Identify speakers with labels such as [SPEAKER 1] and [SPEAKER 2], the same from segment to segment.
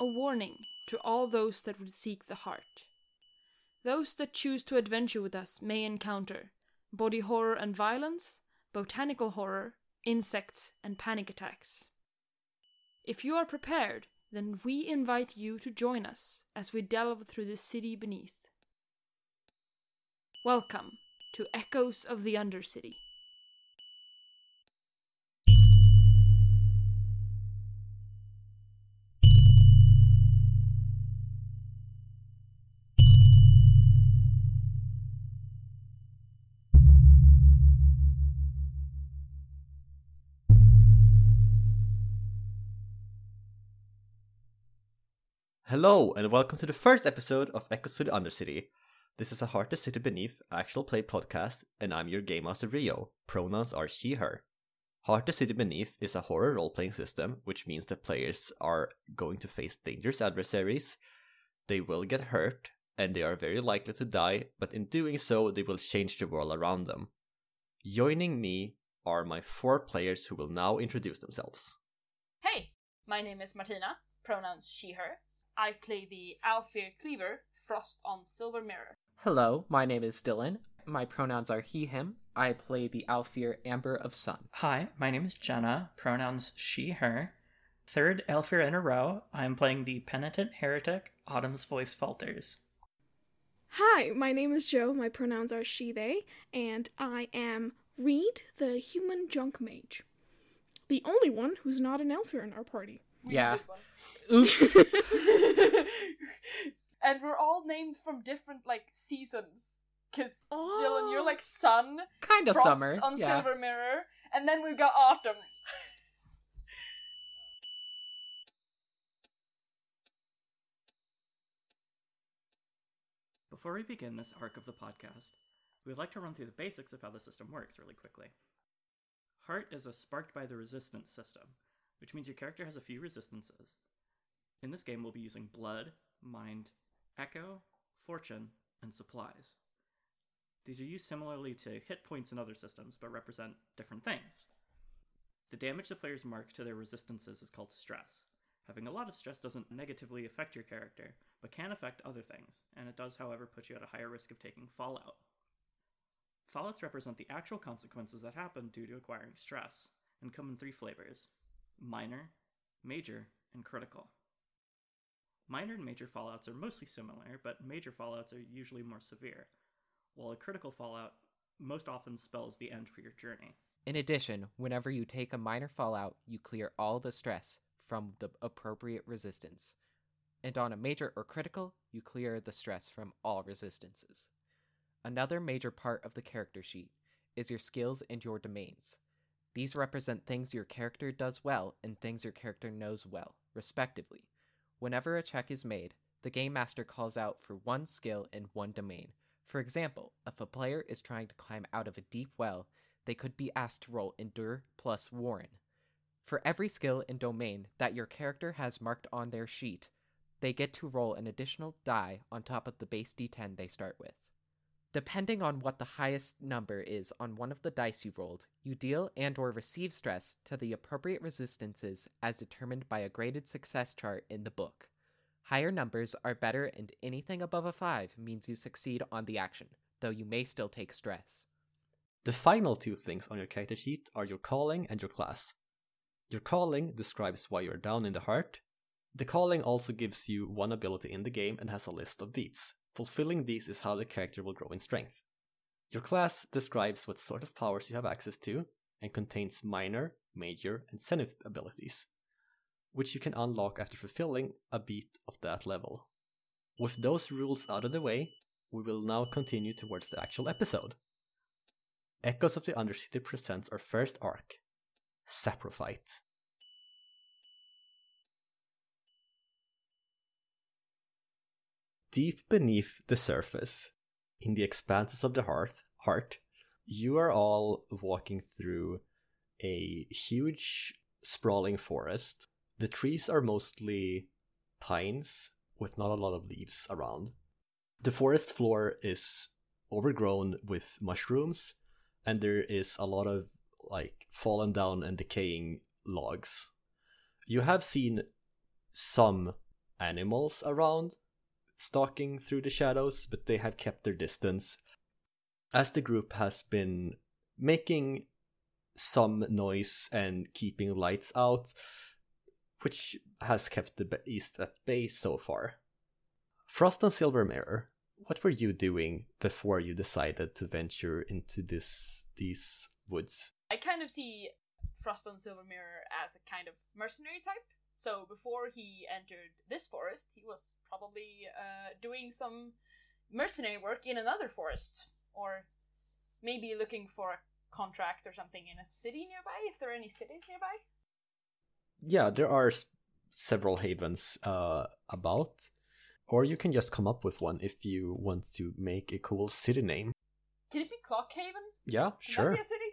[SPEAKER 1] a warning to all those that would seek the heart. Those that choose to adventure with us may encounter body horror and violence, botanical horror, insects, and panic attacks. If you are prepared, then we invite you to join us as we delve through the city beneath. Welcome to Echoes of the Undercity.
[SPEAKER 2] Hello, and welcome to the first episode of Echoes to the Undercity. This is a Heart to City Beneath actual play podcast, and I'm your Game Master Rio. Pronouns are she, her. Heart to City Beneath is a horror role playing system, which means that players are going to face dangerous adversaries, they will get hurt, and they are very likely to die, but in doing so, they will change the world around them. Joining me are my four players who will now introduce themselves.
[SPEAKER 1] Hey, my name is Martina, pronouns she, her. I play the Alfear Cleaver, Frost on Silver Mirror.
[SPEAKER 3] Hello, my name is Dylan. My pronouns are he, him. I play the Alfir Amber of Sun.
[SPEAKER 4] Hi, my name is Jenna, pronouns she, her. Third Elfir in a row, I'm playing the penitent heretic, Autumn's voice falters.
[SPEAKER 5] Hi, my name is Joe. My pronouns are she, they, and I am Reed, the human junk mage. The only one who's not an elfer in our party.
[SPEAKER 3] Yeah. Oops.
[SPEAKER 1] and we're all named from different like seasons. Cause Dylan, you're
[SPEAKER 5] Oh.
[SPEAKER 1] like sun,
[SPEAKER 3] kind of
[SPEAKER 1] frost
[SPEAKER 3] summer.
[SPEAKER 1] on
[SPEAKER 3] yeah.
[SPEAKER 1] silver mirror, and then we've got autumn.
[SPEAKER 4] Before we begin this arc of the podcast, we would like to run through the basics of how the system works really quickly. Heart is a sparked by the resistance system, which means your character has a few resistances. In this game, we'll be using blood, mind, echo, fortune, and supplies. These are used similarly to hit points in other systems, but represent different things. The damage the players mark to their resistances is called stress. Having a lot of stress doesn't negatively affect your character, but can affect other things, and it does, however, put you at a higher risk of taking fallout. Fallouts represent the actual consequences that happen due to acquiring stress, and come in three flavors minor, major, and critical. Minor and major fallouts are mostly similar, but major fallouts are usually more severe, while a critical fallout most often spells the end for your journey.
[SPEAKER 3] In addition, whenever you take a minor fallout, you clear all the stress from the appropriate resistance. And on a major or critical, you clear the stress from all resistances. Another major part of the character sheet is your skills and your domains. These represent things your character does well and things your character knows well, respectively. Whenever a check is made, the game master calls out for one skill and one domain. For example, if a player is trying to climb out of a deep well, they could be asked to roll Endure plus Warren. For every skill and domain that your character has marked on their sheet, they get to roll an additional die on top of the base d10 they start with. Depending on what the highest number is on one of the dice you rolled, you deal and or receive stress to the appropriate resistances as determined by a graded success chart in the book. Higher numbers are better and anything above a 5 means you succeed on the action, though you may still take stress.
[SPEAKER 2] The final two things on your character sheet are your calling and your class. Your calling describes why you're down in the heart. The calling also gives you one ability in the game and has a list of beats. Fulfilling these is how the character will grow in strength. Your class describes what sort of powers you have access to and contains minor, major, and zenith abilities, which you can unlock after fulfilling a beat of that level. With those rules out of the way, we will now continue towards the actual episode. Echoes of the Undercity presents our first arc, Saprophyte. Deep beneath the surface, in the expanses of the hearth, heart, you are all walking through a huge, sprawling forest. The trees are mostly pines with not a lot of leaves around. The forest floor is overgrown with mushrooms, and there is a lot of like fallen down and decaying logs. You have seen some animals around, stalking through the shadows, but they have kept their distance. As the group has been making some noise and keeping lights out, which has kept the ba- East at bay so far. Frost and Silver Mirror, what were you doing before you decided to venture into this these woods?
[SPEAKER 1] I kind of see Frost on Silver Mirror as a kind of mercenary type. So before he entered this forest, he was probably uh, doing some mercenary work in another forest, or maybe looking for a contract or something in a city nearby, if there are any cities nearby.
[SPEAKER 2] Yeah, there are s- several havens uh, about, or you can just come up with one if you want to make a cool city name.
[SPEAKER 1] Can it be Clockhaven?
[SPEAKER 2] Yeah,
[SPEAKER 1] Can
[SPEAKER 2] sure,
[SPEAKER 1] that be a city?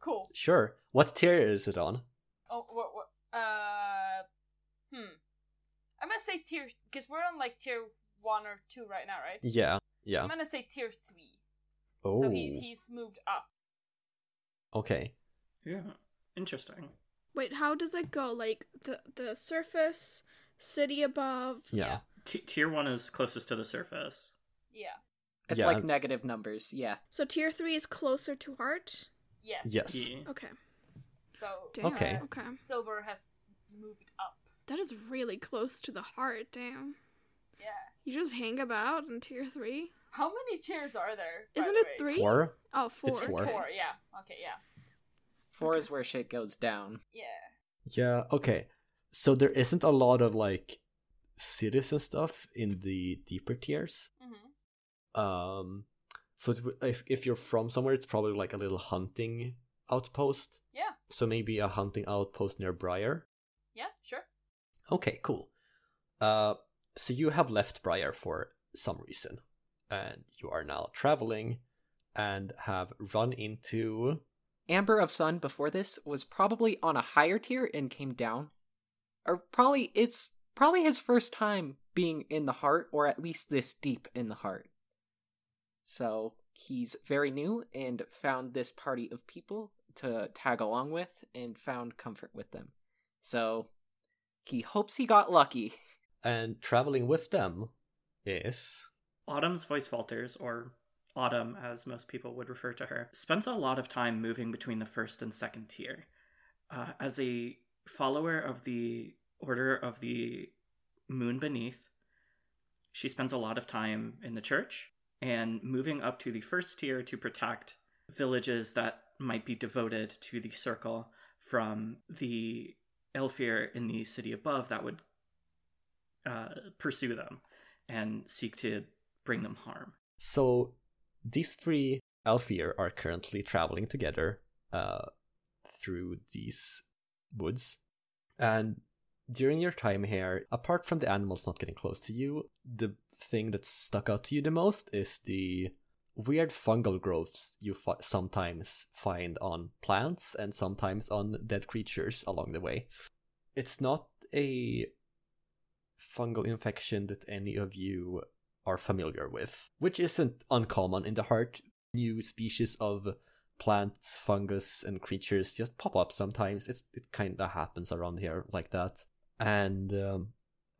[SPEAKER 1] Cool.
[SPEAKER 2] sure. What tier is it on?
[SPEAKER 1] Oh, what, what, uh, hmm. I'm gonna say tier, because we're on like tier one or two right now, right?
[SPEAKER 2] Yeah, yeah.
[SPEAKER 1] I'm gonna say tier three.
[SPEAKER 2] Oh,
[SPEAKER 1] Um, So he's, he's moved up.
[SPEAKER 2] okay.
[SPEAKER 4] Yeah. Interesting.
[SPEAKER 5] Wait, how does it go? Like the the surface, city above.
[SPEAKER 2] Yeah.
[SPEAKER 4] T- tier one is closest to the surface.
[SPEAKER 1] Yeah.
[SPEAKER 3] It's
[SPEAKER 2] Yeah.
[SPEAKER 3] like negative numbers. Yeah.
[SPEAKER 5] So tier three is closer to heart.
[SPEAKER 1] Yes.
[SPEAKER 2] Yes.
[SPEAKER 4] Yeah.
[SPEAKER 5] Okay,
[SPEAKER 1] So,
[SPEAKER 5] Damn.
[SPEAKER 2] Okay.
[SPEAKER 1] uh,
[SPEAKER 5] Okay.
[SPEAKER 1] Silver has moved up.
[SPEAKER 5] that is really close to the heart. Damn,
[SPEAKER 1] Yeah.
[SPEAKER 5] you just hang about in tier three.
[SPEAKER 1] How many tiers are there? by
[SPEAKER 5] Isn't
[SPEAKER 1] the
[SPEAKER 5] it
[SPEAKER 1] way?
[SPEAKER 5] three?
[SPEAKER 2] Four.
[SPEAKER 5] Oh, four.
[SPEAKER 2] It's
[SPEAKER 1] It's
[SPEAKER 2] Four.
[SPEAKER 1] four, yeah. Okay, yeah.
[SPEAKER 3] Four
[SPEAKER 5] Okay.
[SPEAKER 3] is where shit goes down.
[SPEAKER 1] Yeah.
[SPEAKER 2] Yeah, okay. So there isn't a lot of like cities and stuff in the deeper tiers.
[SPEAKER 1] Mm-hmm.
[SPEAKER 2] Um so it w- if if you're from somewhere it's probably like a little hunting outpost.
[SPEAKER 1] Yeah.
[SPEAKER 2] So maybe a hunting outpost near Briar.
[SPEAKER 1] Yeah, sure.
[SPEAKER 2] Okay, cool. Uh so you have left Briar for some reason and you are now traveling and have run into
[SPEAKER 3] Amber of Sun before this was probably on a higher tier and came down. Or probably it's probably his first time being in the heart, or at least this deep in the heart. So he's very new and found this party of people to tag along with and found comfort with them. So he hopes he got lucky.
[SPEAKER 2] and traveling with them is
[SPEAKER 4] Autumn's voice falters, or Autumn, as most people would refer to her, spends a lot of time moving between the first and second tier. Uh, as a follower of the Order of the Moon Beneath, she spends a lot of time in the church and moving up to the first tier to protect villages that might be devoted to the circle from the Elfir in the city above that would uh, pursue them and seek to bring them harm.
[SPEAKER 2] So these three Alfir are currently traveling together uh, through these woods. And during your time here, apart from the animals not getting close to you, the thing that stuck out to you the most is the weird fungal growths you fi- sometimes find on plants and sometimes on dead creatures along the way. It's not a fungal infection that any of you are familiar with, which isn't uncommon in the heart. New species of plants, fungus, and creatures just pop up sometimes. It's, it kind of happens around here like that. And um,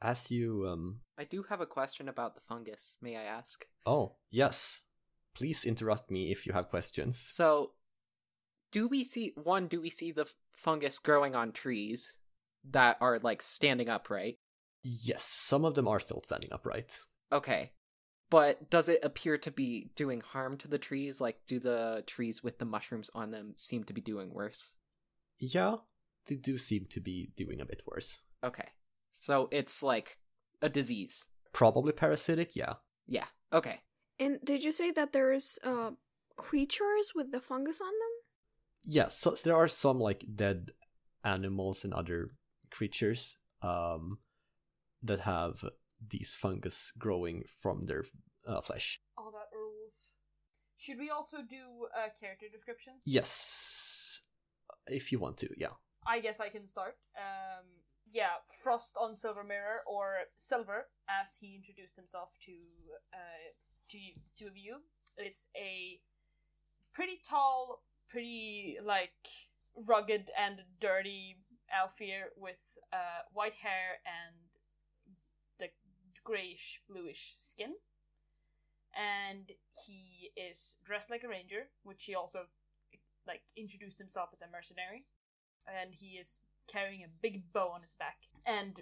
[SPEAKER 2] as you. Um,
[SPEAKER 3] I do have a question about the fungus, may I ask?
[SPEAKER 2] oh, yes. Please interrupt me if you have questions.
[SPEAKER 3] So, do we see one? Do we see the f- fungus growing on trees that are like standing upright?
[SPEAKER 2] Yes, some of them are still standing upright.
[SPEAKER 3] Okay, but does it appear to be doing harm to the trees? Like, do the trees with the mushrooms on them seem to be doing worse?
[SPEAKER 2] Yeah, they do seem to be doing a bit worse.
[SPEAKER 3] Okay, so it's like a disease.
[SPEAKER 2] Probably parasitic, yeah.
[SPEAKER 3] Yeah. Okay.
[SPEAKER 5] And did you say that there's uh creatures with the fungus on them?
[SPEAKER 2] yes so there are some like dead animals and other creatures um that have these fungus growing from their uh, flesh
[SPEAKER 1] All that rules. Should we also do uh, character descriptions?
[SPEAKER 2] yes if you want to yeah
[SPEAKER 1] I guess I can start. Um, yeah, Frost on Silver Mirror or Silver, as he introduced himself to uh, to you- two of you, is a pretty tall, pretty like rugged and dirty Alfir with uh, white hair and the grayish bluish skin. And he is dressed like a ranger, which he also like introduced himself as a mercenary. And he is carrying a big bow on his back. And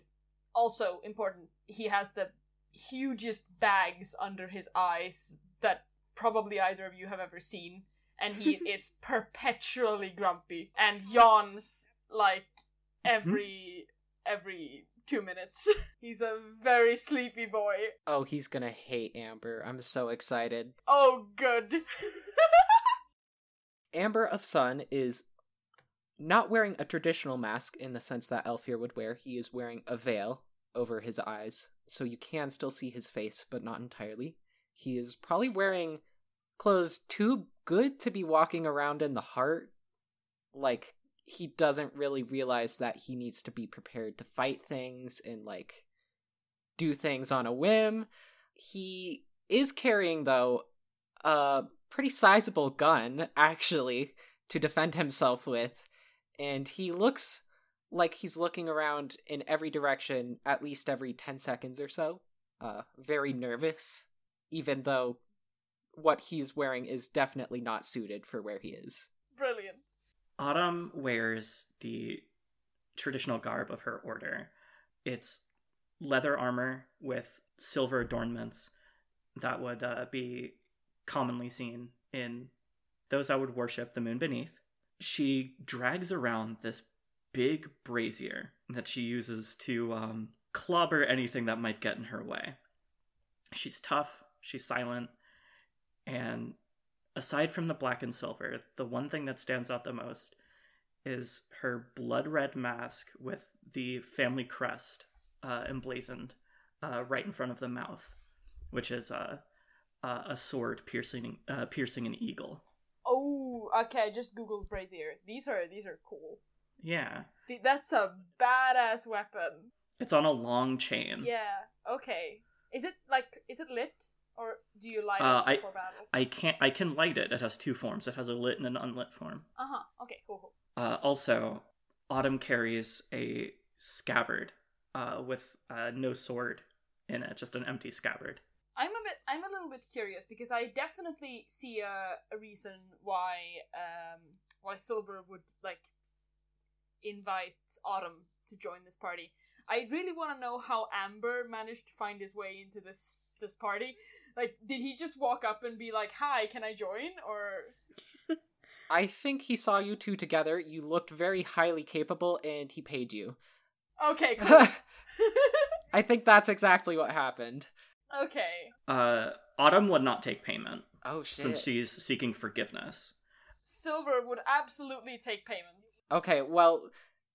[SPEAKER 1] also important, he has the hugest bags under his eyes that probably either of you have ever seen. And he is perpetually grumpy and yawns like every every two minutes. He's a very sleepy boy.
[SPEAKER 3] Oh, he's gonna hate Amber. I'm so excited.
[SPEAKER 1] Oh, good.
[SPEAKER 3] Amber of Sun is not wearing a traditional mask in the sense that Elfir would wear. He is wearing a veil over his eyes, so you can still see his face, but not entirely. He is probably wearing clothes too good to be walking around in the heart. Like, he doesn't really realize that he needs to be prepared to fight things and, like, do things on a whim. He is carrying, though, a pretty sizable gun, actually, to defend himself with. And he looks like he's looking around in every direction at least every 10 seconds or so, uh, very nervous, even though what he's wearing is definitely not suited for where he is.
[SPEAKER 1] Brilliant.
[SPEAKER 4] Autumn wears the traditional garb of her order. It's leather armor with silver adornments that would uh, be commonly seen in those that would worship the moon beneath. She drags around this big brazier that she uses to um, clobber anything that might get in her way. She's tough, she's silent, and aside from the black and silver, the one thing that stands out the most is her blood red mask with the family crest uh, emblazoned uh, right in front of the mouth, which is uh, uh, a sword piercing uh, piercing an eagle.
[SPEAKER 1] Oh, okay. I just googled brazier. These are these are cool.
[SPEAKER 4] Yeah,
[SPEAKER 1] Th- That's a badass weapon.
[SPEAKER 4] it's on a long chain.
[SPEAKER 1] Yeah. Okay. Is it like is it lit or do you light
[SPEAKER 4] Uh,
[SPEAKER 1] it
[SPEAKER 4] I-
[SPEAKER 1] before battle?
[SPEAKER 4] I can't. I can light it. It has two forms. It has a lit and an unlit form.
[SPEAKER 1] Uh huh. Okay. Cool. Cool.
[SPEAKER 4] Uh, also, Autumn carries a scabbard uh, with uh, no sword in it, just an empty scabbard.
[SPEAKER 1] I'm a bit. I'm a little bit curious because I definitely see a, a reason why um why Silver would like invite Autumn to join this party. I really want to know how Amber managed to find his way into this this party. Like, did he just walk up and be like, "Hi, can I join?" Or
[SPEAKER 3] I think he saw you two together. You looked very highly capable and he paid you.
[SPEAKER 1] okay, cool.
[SPEAKER 3] I think that's exactly what happened.
[SPEAKER 1] okay.
[SPEAKER 4] Uh, Autumn would not take payment
[SPEAKER 3] Oh shit.
[SPEAKER 4] since she's seeking forgiveness.
[SPEAKER 1] Silver would absolutely take payments.
[SPEAKER 3] Okay, well,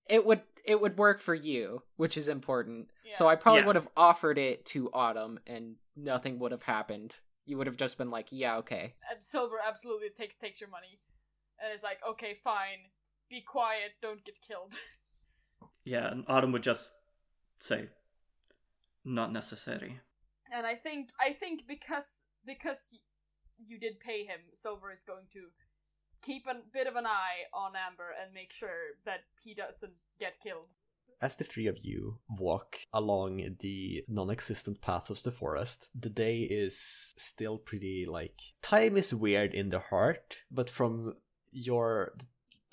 [SPEAKER 3] it would it would work for you, which is important. So
[SPEAKER 1] Yeah.
[SPEAKER 3] I probably
[SPEAKER 4] Yeah.
[SPEAKER 3] would have offered it to Autumn and nothing would have happened. You would have just been like, "Yeah, okay."
[SPEAKER 1] And Silver absolutely takes takes your money, and is like, "Okay, fine, be quiet, don't get killed."
[SPEAKER 4] Yeah, and Autumn would just say, "Not necessary."
[SPEAKER 1] and I think I think because because y- you did pay him, Silver is going to keep a bit of an eye on Amber and make sure that he doesn't get killed.
[SPEAKER 2] As the three of you walk along the non-existent paths of the forest, the day is still pretty like time is weird in the heart, but from your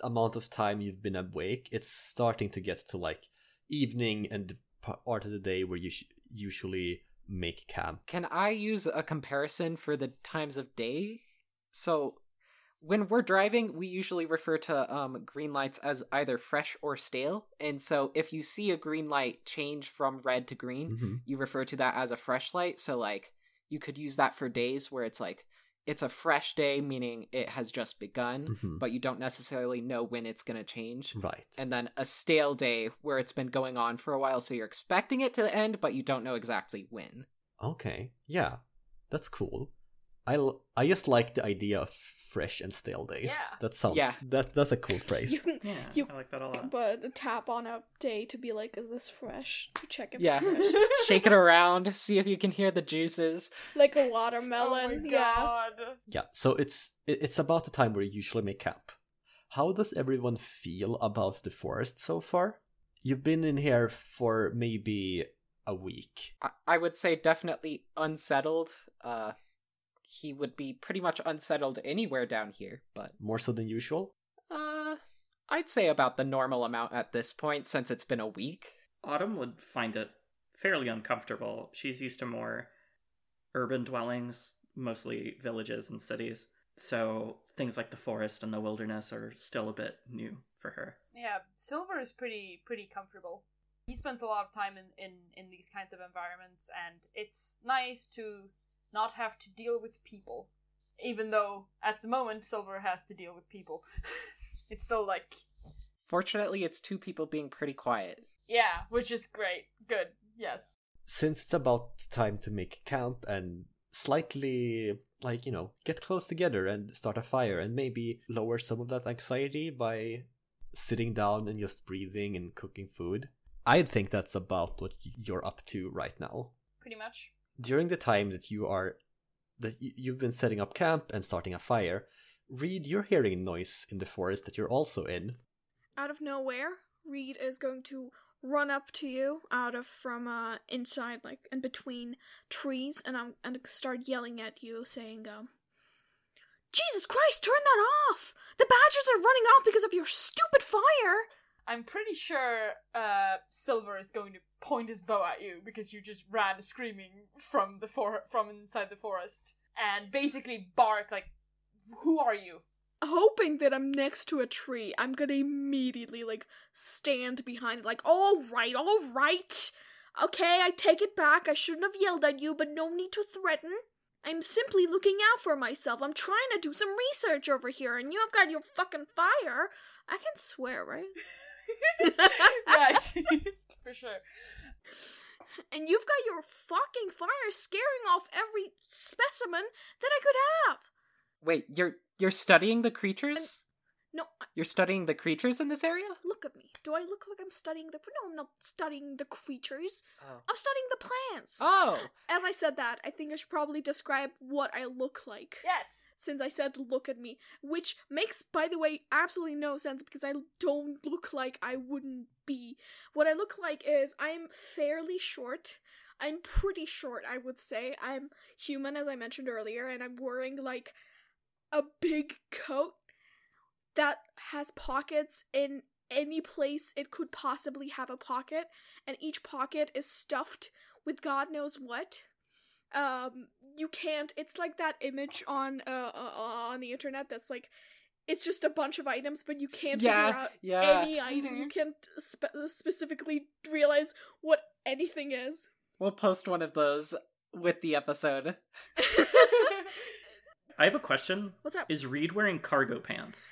[SPEAKER 2] amount of time you've been awake, it's starting to get to like evening and the p- part of the day where you sh- usually make camp.
[SPEAKER 3] Can I use a comparison for the times of day? So when we're driving, we usually refer to um, green lights as either fresh or stale. And so if you see a green light change from red to green,
[SPEAKER 2] Mhm.
[SPEAKER 3] you refer to that as a fresh light. So like you could use that for days where it's like it's a fresh day, meaning it has just begun,
[SPEAKER 2] Mhm.
[SPEAKER 3] but you don't necessarily know when it's gonna change.
[SPEAKER 2] Right.
[SPEAKER 3] mm-hmm. And then a stale day where it's been going on for a while, so you're expecting it to end, but you don't know exactly when.
[SPEAKER 2] Okay. Yeah. That's cool. I, l- I just like the idea of fresh and stale days.
[SPEAKER 1] Yeah.
[SPEAKER 2] That sounds
[SPEAKER 3] Yeah.
[SPEAKER 2] that that's a cool phrase.
[SPEAKER 5] You,
[SPEAKER 4] Yeah,
[SPEAKER 5] You-
[SPEAKER 4] I like that a lot.
[SPEAKER 5] but the tap on a day to be like, is this fresh? To check if
[SPEAKER 3] Yeah.
[SPEAKER 5] it's fresh.
[SPEAKER 3] Shake it around, see if you can hear the juices.
[SPEAKER 5] like a
[SPEAKER 1] oh
[SPEAKER 5] watermelon.
[SPEAKER 1] my
[SPEAKER 5] yeah.
[SPEAKER 1] god.
[SPEAKER 2] Yeah, so it's it- it's about the time where you usually make camp. How does everyone feel about the forest so far? You've been in here for maybe a week.
[SPEAKER 3] I, I would say definitely unsettled. Uh, he would be pretty much unsettled anywhere down here, but
[SPEAKER 2] More so than usual.
[SPEAKER 3] uh, I'd say about the normal amount at this point since it's been a week.
[SPEAKER 4] Autumn would find it fairly uncomfortable. She's used to more urban dwellings, mostly villages and cities. So things like the forest and the wilderness are still a bit new for her.
[SPEAKER 1] Yeah, Silver is pretty pretty comfortable. He spends a lot of time in, in, in these kinds of environments, and it's nice to not have to deal with people. Even though at the moment Silver has to deal with people. it's still like
[SPEAKER 3] Fortunately, it's two people being pretty quiet.
[SPEAKER 1] yeah, which is great. Good. Yes.
[SPEAKER 2] Since it's about time to make camp and slightly, like, you know, get close together and start a fire and maybe lower some of that anxiety by sitting down and just breathing and cooking food, I think that's about what you're up to right now.
[SPEAKER 1] Pretty much.
[SPEAKER 2] during the time that you are that y- you've been setting up camp and starting a fire reed you're hearing noise in the forest that you're also in
[SPEAKER 5] Out of nowhere, Reed is going to run up to you out of from uh inside like in between trees and I'm and start yelling at you saying um Jesus Christ, turn that off! The badgers are running off because of your stupid fire.
[SPEAKER 1] I'm pretty sure uh, Silver is going to point his bow at you because you just ran screaming from the for- from inside the forest and basically bark like, "Who are you?"
[SPEAKER 5] hoping that I'm next to a tree, I'm gonna immediately like stand behind it, like, all right, all right. Okay, I take it back. I shouldn't have yelled at you, but no need to threaten. I'm simply looking out for myself. I'm trying to do some research over here, and you have got your fucking fire. I can swear, right?
[SPEAKER 1] yes, for sure.
[SPEAKER 5] And you've got your fucking fire scaring off every specimen that I could have.
[SPEAKER 3] Wait, you're you're studying the creatures?
[SPEAKER 5] No, I-
[SPEAKER 3] You're studying the creatures in this area?
[SPEAKER 5] look at me. Do I look like I'm studying the. No, I'm not studying the creatures.
[SPEAKER 3] Oh.
[SPEAKER 5] I'm studying the plants.
[SPEAKER 3] Oh.
[SPEAKER 5] As I said that, I think I should probably describe what I look like.
[SPEAKER 1] Yes.
[SPEAKER 5] Since I said look at me, which makes, by the way, absolutely no sense because I don't look like I wouldn't be. What I look like is I'm fairly short. I'm pretty short, I would say. I'm human, as I mentioned earlier, and I'm wearing like a big coat that has pockets in any place it could possibly have a pocket, and each pocket is stuffed with God knows what. Um, you can't. It's like that image on uh, uh on the internet that's like, it's just a bunch of items, but you can't figure
[SPEAKER 3] Yeah.
[SPEAKER 5] out
[SPEAKER 3] Yeah.
[SPEAKER 5] any item. You
[SPEAKER 1] Mhm.
[SPEAKER 5] can't spe- specifically realize what anything is.
[SPEAKER 3] We'll post one of those with the episode.
[SPEAKER 4] I have a question.
[SPEAKER 5] What's up?
[SPEAKER 4] Is Reed wearing cargo pants?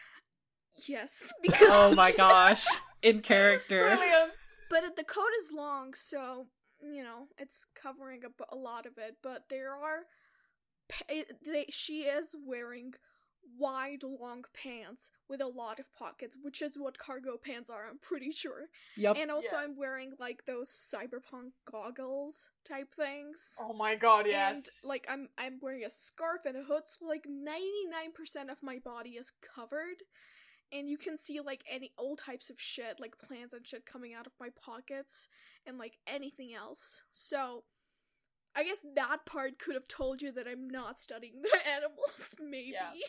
[SPEAKER 5] yes, because
[SPEAKER 3] oh my gosh. In character.
[SPEAKER 1] Brilliant.
[SPEAKER 5] but the coat is long, so you know it's covering a, b- a lot of it. But there are, pa- it- they, she is wearing wide, long pants with a lot of pockets, which is what cargo pants are. I'm pretty sure.
[SPEAKER 3] Yep.
[SPEAKER 5] And also,
[SPEAKER 1] Yeah.
[SPEAKER 5] I'm wearing like those cyberpunk goggles type things.
[SPEAKER 1] Oh my god, yes.
[SPEAKER 5] And like I'm I'm wearing a scarf and a hood, so like 99% of my body is covered. And you can see like any old types of shit, like plants and shit coming out of my pockets and like anything else. So I guess that part could have told you that I'm not studying the animals, maybe.
[SPEAKER 1] Yeah.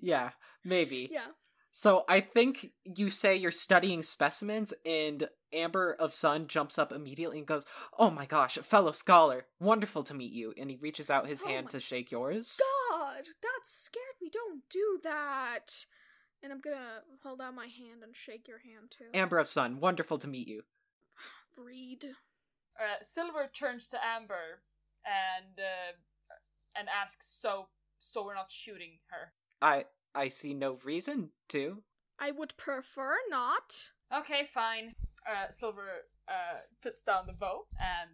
[SPEAKER 3] Yeah, maybe.
[SPEAKER 5] yeah.
[SPEAKER 3] So I think you say you're studying specimens, and Amber of Sun jumps up immediately and goes, Oh my gosh, a fellow scholar, wonderful to meet you. And he reaches out his
[SPEAKER 5] Oh
[SPEAKER 3] hand
[SPEAKER 5] my
[SPEAKER 3] to shake yours.
[SPEAKER 5] God, that scared me. Don't do that. And I'm gonna hold out my hand and shake your hand too.
[SPEAKER 3] Amber of Sun, wonderful to meet you.
[SPEAKER 5] Read.
[SPEAKER 1] uh, Silver turns to Amber and uh, and asks, "So, so we're not shooting her?"
[SPEAKER 3] I I see no reason to.
[SPEAKER 5] I would prefer not.
[SPEAKER 1] Okay, fine. Uh, Silver uh, puts down the bow and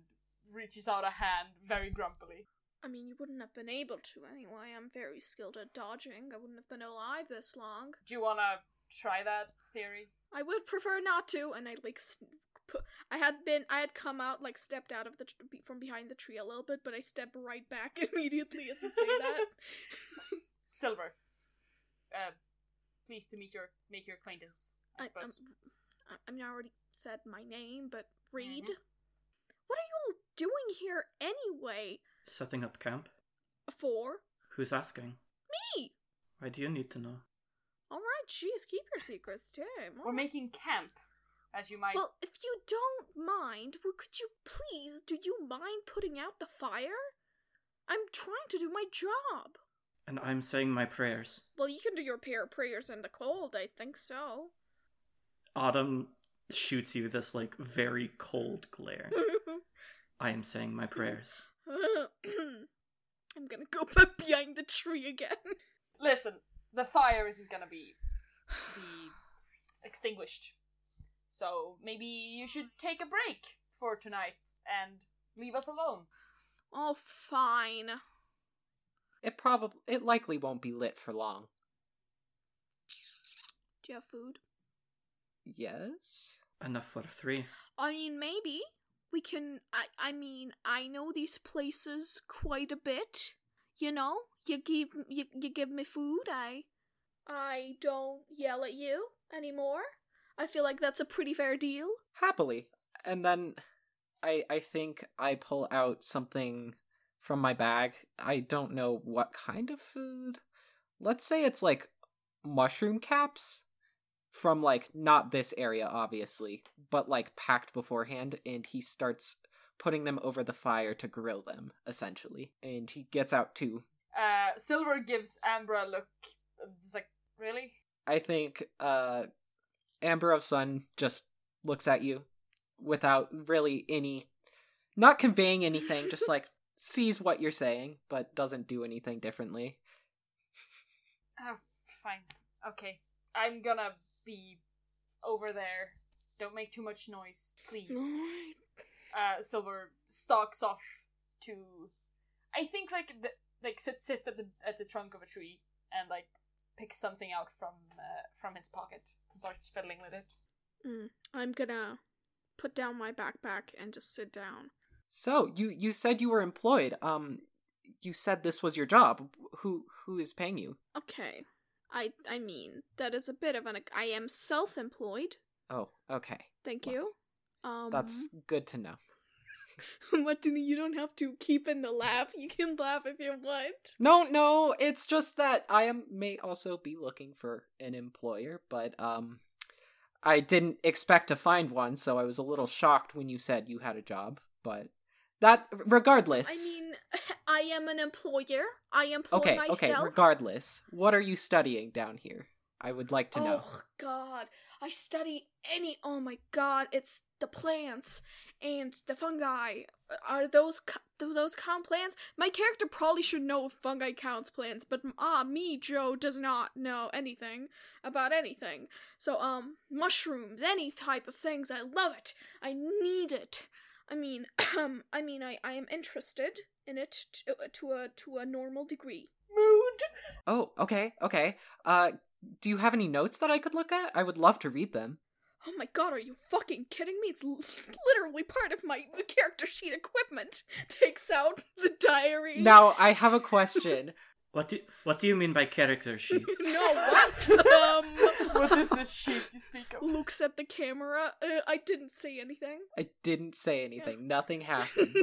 [SPEAKER 1] reaches out a hand very grumpily.
[SPEAKER 5] I mean, you wouldn't have been able to anyway. I'm very skilled at dodging. I wouldn't have been alive this long.
[SPEAKER 1] Do you want to try that theory?
[SPEAKER 5] I would prefer not to. And I like, s- pu- I had been, I had come out like stepped out of the tr- be- from behind the tree a little bit, but I step right back immediately as you say that.
[SPEAKER 1] Silver, uh, pleased to meet your make your acquaintance. I
[SPEAKER 5] I, um,
[SPEAKER 1] suppose. Mm-hmm.
[SPEAKER 5] I'm, I- I mean, I already said my name, but read. What are you all doing here anyway?
[SPEAKER 4] Setting up camp?
[SPEAKER 5] For
[SPEAKER 4] Who's asking?
[SPEAKER 5] me?
[SPEAKER 4] Why do you need to know?
[SPEAKER 5] All right, jeez, keep your secrets, Tim.
[SPEAKER 1] We're
[SPEAKER 5] All right.
[SPEAKER 1] making camp, as you might.
[SPEAKER 5] Well, if you don't mind, well, could you please, do you mind putting out the fire? I'm trying to do my job.
[SPEAKER 4] And I'm saying my prayers.
[SPEAKER 5] Well, you can do your pair of prayers in the cold, I think so.
[SPEAKER 4] Autumn shoots you this, like, very cold glare. I am saying my prayers.
[SPEAKER 5] I'm gonna go back behind the tree again.
[SPEAKER 1] Listen, the fire isn't gonna be be extinguished, so maybe you should take a break for tonight and leave us alone.
[SPEAKER 5] Oh, fine.
[SPEAKER 3] It probably it likely won't be lit for long.
[SPEAKER 5] Do you have food?
[SPEAKER 3] Yes.
[SPEAKER 4] Enough for three.
[SPEAKER 5] I mean, maybe we can. I, I mean, I know these places quite a bit. You know, you give you, you give me food. I I don't yell at you anymore. I feel like that's a pretty fair deal.
[SPEAKER 3] Happily. And then I I think I pull out something from my bag. I don't know what kind of food. Let's say it's like mushroom caps from like not this area obviously, but like packed beforehand and he starts putting them over the fire to grill them essentially. And he gets out two
[SPEAKER 1] Uh, Silver gives Ambra a look. It's like, really?
[SPEAKER 3] I think uh Amber of Sun just looks at you without really any not conveying anything, just like sees what you're saying, but doesn't do anything differently.
[SPEAKER 1] Oh, fine. Okay, I'm gonna be over there. Don't make too much noise, please. uh, Silver stalks off to, I think like the, like sits sits at the at the trunk of a tree and like picks something out from uh, from his pocket and starts fiddling with it.
[SPEAKER 5] Mm, I'm gonna put down my backpack and just sit down.
[SPEAKER 3] So you you said you were employed. Um, you said this was your job. Who who is paying you?
[SPEAKER 5] Okay. I I mean, that is a bit of an I am self-employed.
[SPEAKER 3] Oh, okay,
[SPEAKER 5] Thank
[SPEAKER 3] Well,
[SPEAKER 5] you. Um
[SPEAKER 3] that's good to know.
[SPEAKER 5] Martina, you don't have to keep in the laugh. You can laugh if you want.
[SPEAKER 3] No, no, it's just that I am may also be looking for an employer, but um I didn't expect to find one, so I was a little shocked when you said you had a job, but that regardless.
[SPEAKER 5] I mean, I am an employer. I employ
[SPEAKER 3] okay,
[SPEAKER 5] myself.
[SPEAKER 3] okay, regardless. What are you studying down here? I would like to know.
[SPEAKER 5] Oh god. I study any Oh my god, it's the plants and the fungi. Are those co- do those count plants? My character probably should know if fungi counts plants, but ah, me Joe does not know anything about anything. So um mushrooms, any type of things, I love it. I need it. I mean, I mean I I am interested in it to, to a to a normal degree.
[SPEAKER 1] Mood.
[SPEAKER 3] Oh, okay, okay. Uh do you have any notes that I could look at? I would love to read them.
[SPEAKER 5] Oh my god, are you fucking kidding me? It's l- literally part of my character sheet equipment. Takes out the diary.
[SPEAKER 3] Now, I have a question.
[SPEAKER 4] What do, what do you mean by character sheet?
[SPEAKER 5] no, what? um,
[SPEAKER 1] what is this shit you speak of?
[SPEAKER 5] looks at the camera. Uh, I didn't say anything.
[SPEAKER 3] I didn't say anything. Nothing happened.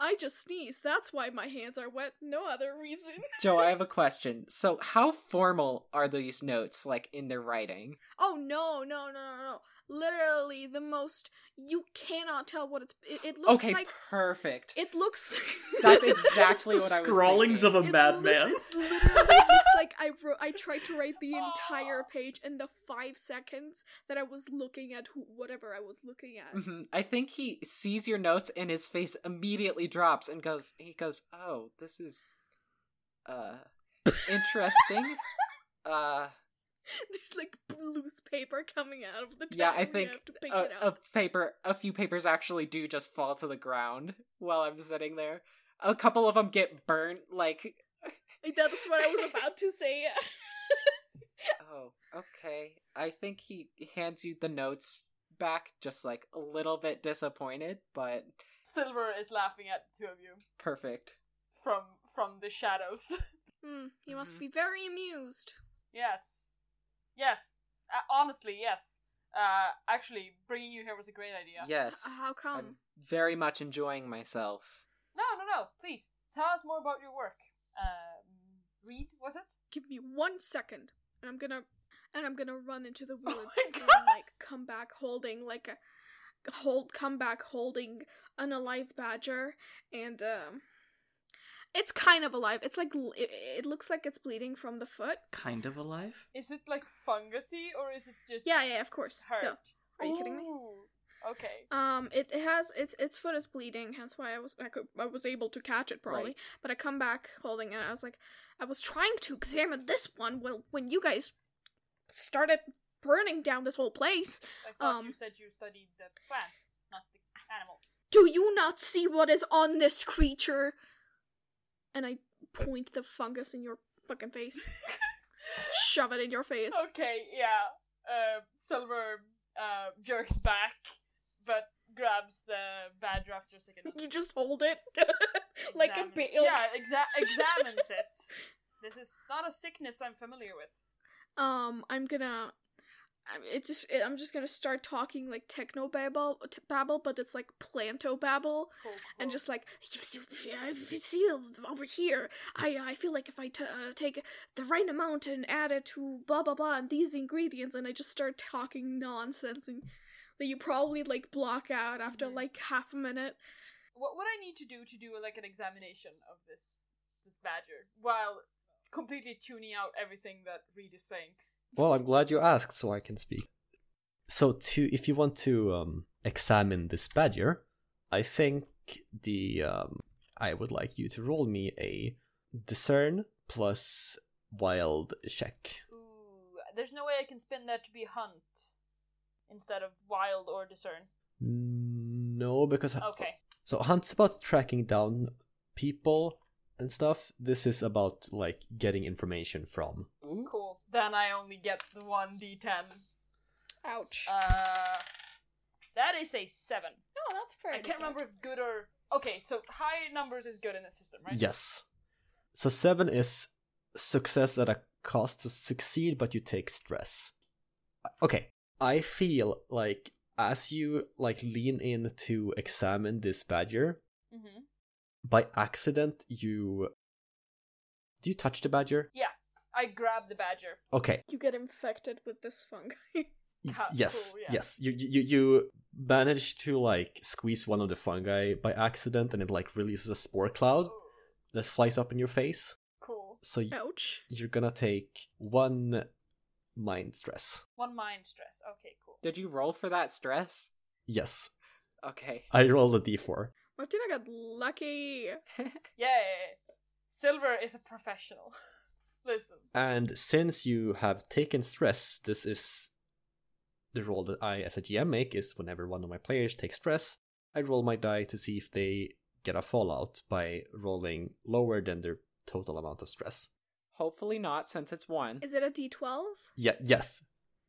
[SPEAKER 5] I just sneezed. That's why my hands are wet. No other reason.
[SPEAKER 3] Joe, I have a question. So, how formal are these notes, like in their writing?
[SPEAKER 5] Oh no, no, no, no, no. Literally the most. You cannot tell what it's. It, it looks
[SPEAKER 3] okay,
[SPEAKER 5] like.
[SPEAKER 3] perfect.
[SPEAKER 5] It looks.
[SPEAKER 3] That's exactly
[SPEAKER 4] the
[SPEAKER 3] what I was
[SPEAKER 4] scrawlings
[SPEAKER 3] thinking.
[SPEAKER 4] of a
[SPEAKER 5] It
[SPEAKER 4] madman.
[SPEAKER 5] lis- It's literally looks like I wrote. I tried to write the entire page in the five seconds that I was looking at who, whatever I was looking at.
[SPEAKER 3] Mhm. I think he sees your notes and his face immediately drops and goes. He goes, "Oh, this is, uh, interesting." uh,
[SPEAKER 5] There's like loose paper coming out of the. Tab.
[SPEAKER 3] yeah, I
[SPEAKER 5] and you
[SPEAKER 3] think uh,
[SPEAKER 5] have to pick
[SPEAKER 3] a,
[SPEAKER 5] it
[SPEAKER 3] a
[SPEAKER 5] up.
[SPEAKER 3] paper, a few papers actually do just fall to the ground while I'm sitting there. A couple of them get burnt, like
[SPEAKER 5] Like, That's what I was about to say.
[SPEAKER 3] Oh, okay. I think he hands you the notes back, just like a little bit disappointed, but
[SPEAKER 1] Silver is laughing at the two of you
[SPEAKER 3] perfect.
[SPEAKER 1] from from the shadows.
[SPEAKER 5] Hmm, you must
[SPEAKER 3] Mhm.
[SPEAKER 5] be very amused.
[SPEAKER 1] yes, yes. Uh, honestly, yes. Uh, actually, bringing you here was a great idea.
[SPEAKER 3] Yes.
[SPEAKER 5] How come?
[SPEAKER 3] I'm very much enjoying myself.
[SPEAKER 1] No, no, no. Please tell us more about your work. Um, Reed, was it?
[SPEAKER 5] Give me one second, and I'm gonna and I'm gonna run into the
[SPEAKER 1] Oh my
[SPEAKER 5] woods and
[SPEAKER 1] God.
[SPEAKER 5] like come back holding like a hold come back holding an alive badger and um. It's kind of alive. It's like l- it, it looks like it's bleeding from the foot.
[SPEAKER 4] Kind of alive?
[SPEAKER 1] Is it like fungusy or is it just
[SPEAKER 5] Yeah, yeah, of course.
[SPEAKER 1] hurt?
[SPEAKER 5] Duh. Are you kidding me?
[SPEAKER 1] Ooh, Okay.
[SPEAKER 5] Um, it, it has its its foot is bleeding, hence why I was I, could, I was able to catch it probably.
[SPEAKER 3] Right.
[SPEAKER 5] But I come back holding it. I was like, I was trying to examine this one. Well, when you guys started burning down this whole place,
[SPEAKER 1] I thought you
[SPEAKER 5] Um.
[SPEAKER 1] said you studied the plants, not the animals.
[SPEAKER 5] do you not see what is on this creature? And I point the fungus in your fucking face, shove it in your face.
[SPEAKER 1] Okay, yeah. Uh, Silver uh, jerks back, but grabs the badger after a second.
[SPEAKER 5] You just hold it like a
[SPEAKER 1] Examines-
[SPEAKER 5] bit.
[SPEAKER 1] Yeah, exa- examines it. This is not a sickness I'm familiar with.
[SPEAKER 5] um i'm gonna I'm- it's just it, i'm just gonna start talking like techno babble t- babble but it's like planto babble
[SPEAKER 1] Cool,
[SPEAKER 5] and
[SPEAKER 1] cool.
[SPEAKER 5] just like you see, I see over here i i feel like if I t- uh, take the right amount and add it to blah blah blah and these ingredients and i just start talking nonsense and that you probably like block out after
[SPEAKER 1] Mhm.
[SPEAKER 5] like half a minute
[SPEAKER 1] what would I need to do to do like an examination of this this badger while completely tuning out everything that Reed is saying?
[SPEAKER 2] Well, I'm glad you asked so I can speak. So to if you want to um, examine this badger, I think the um, I would like you to roll me a discern plus wild check.
[SPEAKER 1] Ooh, there's no way I can spin that to be hunt instead of wild or discern.
[SPEAKER 2] No, because
[SPEAKER 1] Okay.
[SPEAKER 2] so hunt's about tracking down people and stuff. This is about like getting information from.
[SPEAKER 1] Cool. Then I only get the one d10.
[SPEAKER 5] ouch
[SPEAKER 1] Uh, that is a seven.
[SPEAKER 5] no that's fair
[SPEAKER 1] I can't remember if good or okay. So high numbers is good in this system, right?
[SPEAKER 2] Yes. So seven is success at a cost to succeed, but you take stress. Okay. I feel like as you like lean in to examine this badger,
[SPEAKER 1] Mm-hmm.
[SPEAKER 2] by accident you do you touch the badger?
[SPEAKER 1] I grab the badger.
[SPEAKER 2] Okay.
[SPEAKER 5] you get infected with this fungi
[SPEAKER 2] Y-
[SPEAKER 1] Ha-
[SPEAKER 2] yes
[SPEAKER 1] cool, yeah.
[SPEAKER 2] yes you you you- you manage to like squeeze one of the fungi by accident and it like releases a spore cloud
[SPEAKER 1] Ooh,
[SPEAKER 2] that flies up in your face
[SPEAKER 1] cool.
[SPEAKER 2] so y-
[SPEAKER 5] ouch
[SPEAKER 2] you're gonna take one mind stress
[SPEAKER 1] One mind stress. Okay, cool.
[SPEAKER 3] Did you roll for that stress?
[SPEAKER 2] yes
[SPEAKER 3] Okay.
[SPEAKER 2] i rolled a d4
[SPEAKER 5] martina got lucky
[SPEAKER 1] Yay! Silver is a professional. Listen.
[SPEAKER 2] and since you have taken stress this is the roll that i as a gm make is whenever one of my players takes stress i roll my die to see if they get a fallout by rolling lower than their total amount of stress
[SPEAKER 3] Hopefully not, since it's one.
[SPEAKER 5] Is it a D12?
[SPEAKER 2] Yeah, yes.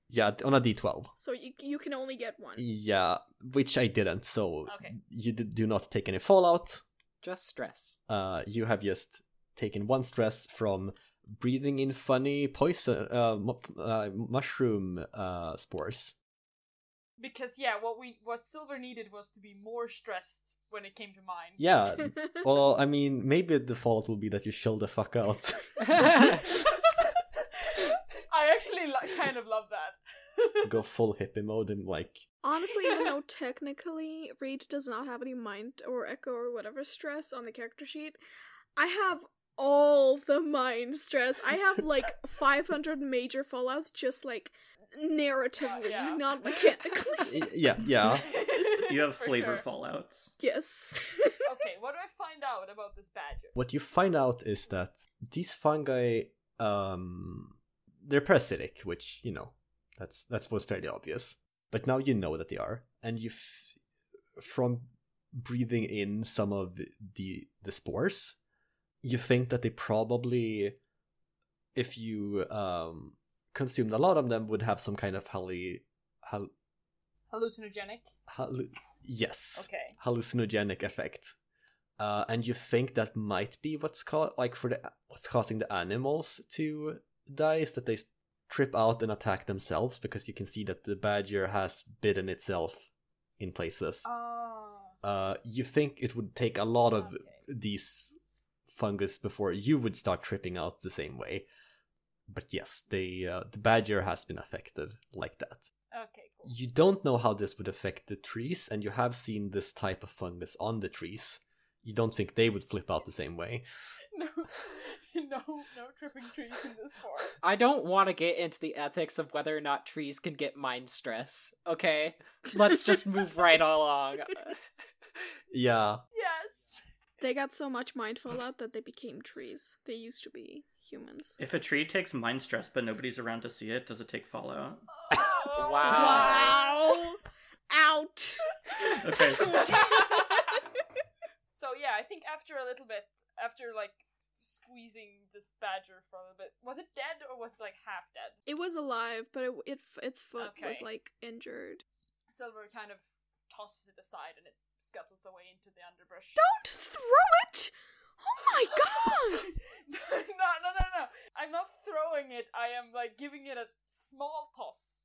[SPEAKER 2] Yeah, on a d12.
[SPEAKER 5] So you, you can only get one.
[SPEAKER 2] Yeah, which I didn't, so
[SPEAKER 1] Okay.
[SPEAKER 2] you d- do not take any fallout.
[SPEAKER 3] Just stress.
[SPEAKER 2] Uh, you have just taken one stress from breathing in funny poison uh, mu- uh, mushroom uh, spores.
[SPEAKER 1] Because yeah, what we what Silver needed was to be more stressed when it came to mine.
[SPEAKER 2] Yeah. well, I mean, maybe the fallout will be that you chill the fuck out.
[SPEAKER 1] I actually li- kind of love that.
[SPEAKER 2] Go full hippie mode and like,
[SPEAKER 5] Honestly, even though technically Reed does not have any mind or echo or whatever stress on the character sheet, I have all the mind stress. I have like 500 major fallouts just like narratively,
[SPEAKER 1] yeah.
[SPEAKER 5] not mechanically.
[SPEAKER 2] y- yeah, yeah.
[SPEAKER 4] You have
[SPEAKER 1] For
[SPEAKER 4] flavor
[SPEAKER 1] sure.
[SPEAKER 4] fallouts.
[SPEAKER 5] yes.
[SPEAKER 1] Okay, what do I find out about this badger?
[SPEAKER 2] What you find out is that these fungi, um, they're parasitic, which you know, that's that's what's fairly obvious. But now you know that they are, and you, f- from breathing in some of the the spores, you think that they probably, if you um consumed a lot of them, would have some kind of halli, hal,
[SPEAKER 1] Hallucinogenic.
[SPEAKER 2] hallu- yes,
[SPEAKER 1] Okay.
[SPEAKER 2] hallucinogenic effect. Uh, and you think that might be what's caught, like for the what's causing the animals to die is that they s- trip out and attack themselves because you can see that the badger has bitten itself in places.
[SPEAKER 1] Oh.
[SPEAKER 2] Uh, you think it would take a lot of
[SPEAKER 1] Okay.
[SPEAKER 2] these fungus before you would start tripping out the same way. But yes, they, uh, the badger has been affected like that.
[SPEAKER 1] Okay, cool.
[SPEAKER 2] You don't know how this would affect the trees, and you have seen this type of fungus on the trees. You don't think they would flip out the same way.
[SPEAKER 1] No, no, no tripping trees in this forest.
[SPEAKER 3] I don't want to get into the ethics of whether or not trees can get mind stress. Okay, let's just move right along.
[SPEAKER 2] Yeah,
[SPEAKER 1] Yes.
[SPEAKER 5] They got so much mind fallout that they became trees. They used to be humans.
[SPEAKER 4] If a tree takes mind stress but nobody's around to see it, does it take fallout?
[SPEAKER 1] Oh.
[SPEAKER 5] Wow. Out.
[SPEAKER 4] Okay.
[SPEAKER 1] So yeah, I think after a little bit, after like squeezing this badger for a little bit, was it dead or was it like half dead?
[SPEAKER 5] It was alive, but it, it its foot was
[SPEAKER 1] Okay.
[SPEAKER 5] like injured.
[SPEAKER 1] Silver kind of tosses it aside and it scuttles away into the underbrush.
[SPEAKER 5] Don't throw it! Oh my god!
[SPEAKER 1] no, no, no, no! I'm not throwing it. I am like giving it a small toss,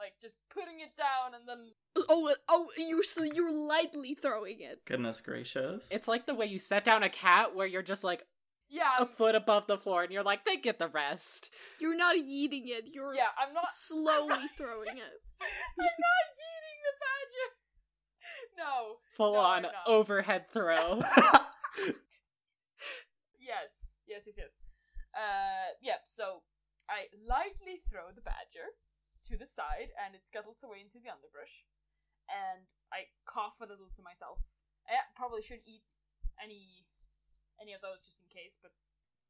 [SPEAKER 1] like just putting it down and then
[SPEAKER 5] Oh, oh, you're so you're lightly throwing it.
[SPEAKER 4] Goodness gracious.
[SPEAKER 3] It's like the way you set down a cat, where you're just like
[SPEAKER 1] yeah,
[SPEAKER 3] a
[SPEAKER 1] I'm,
[SPEAKER 3] foot above the floor, and you're like, they get the rest.
[SPEAKER 5] You're not eating it. You're
[SPEAKER 1] yeah, I'm not
[SPEAKER 5] slowly throwing it.
[SPEAKER 1] I'm not eating the badger. No.
[SPEAKER 3] Full
[SPEAKER 1] No,
[SPEAKER 3] on
[SPEAKER 1] I'm not.
[SPEAKER 3] overhead throw.
[SPEAKER 1] Yes. Yes. Yes. Yes. Uh. Yep. So I lightly throw the badger to the side, and it scuttles away into the underbrush. And I cough a little to myself. I probably shouldn't eat any any of those just in case, but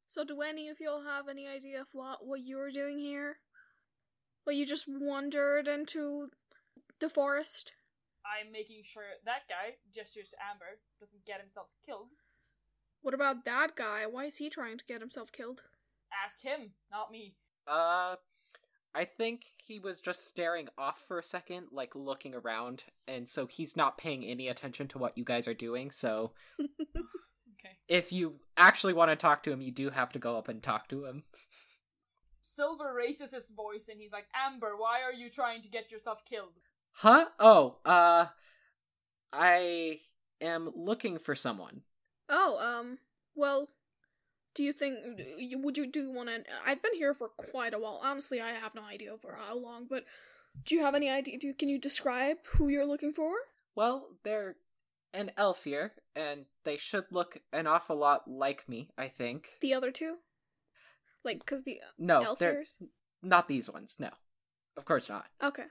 [SPEAKER 5] So, do any of y'all have any idea of what what you were doing here? Well, you just wandered into the forest.
[SPEAKER 1] I'm making sure that guy gestures to Amber doesn't get himself killed.
[SPEAKER 5] What about that guy? Why is he trying to get himself killed?
[SPEAKER 1] Ask him, not me.
[SPEAKER 3] uh, I think he was just staring off for a second, like looking around, and so he's not paying any attention to what you guys are doing. So
[SPEAKER 1] Okay.
[SPEAKER 3] if you actually want to talk to him, you do have to go up and talk to him.
[SPEAKER 1] Silver raises his voice and he's like, Amber, why are you trying to get yourself killed?
[SPEAKER 3] Huh? Oh, uh, I am looking for someone.
[SPEAKER 5] Oh, um, well, do you think you- would you do want to? I've been here for quite a while. Honestly, I have no idea for how long. But do you have any idea? Do you, can you describe who you're looking for?
[SPEAKER 3] Well, they're an elf here, and they should look an awful lot like me, I think.
[SPEAKER 5] The other two, like, cause the
[SPEAKER 3] no,
[SPEAKER 5] elf
[SPEAKER 3] Oh, they're
[SPEAKER 5] ears?
[SPEAKER 3] not these ones. No, of course not.
[SPEAKER 5] Okay,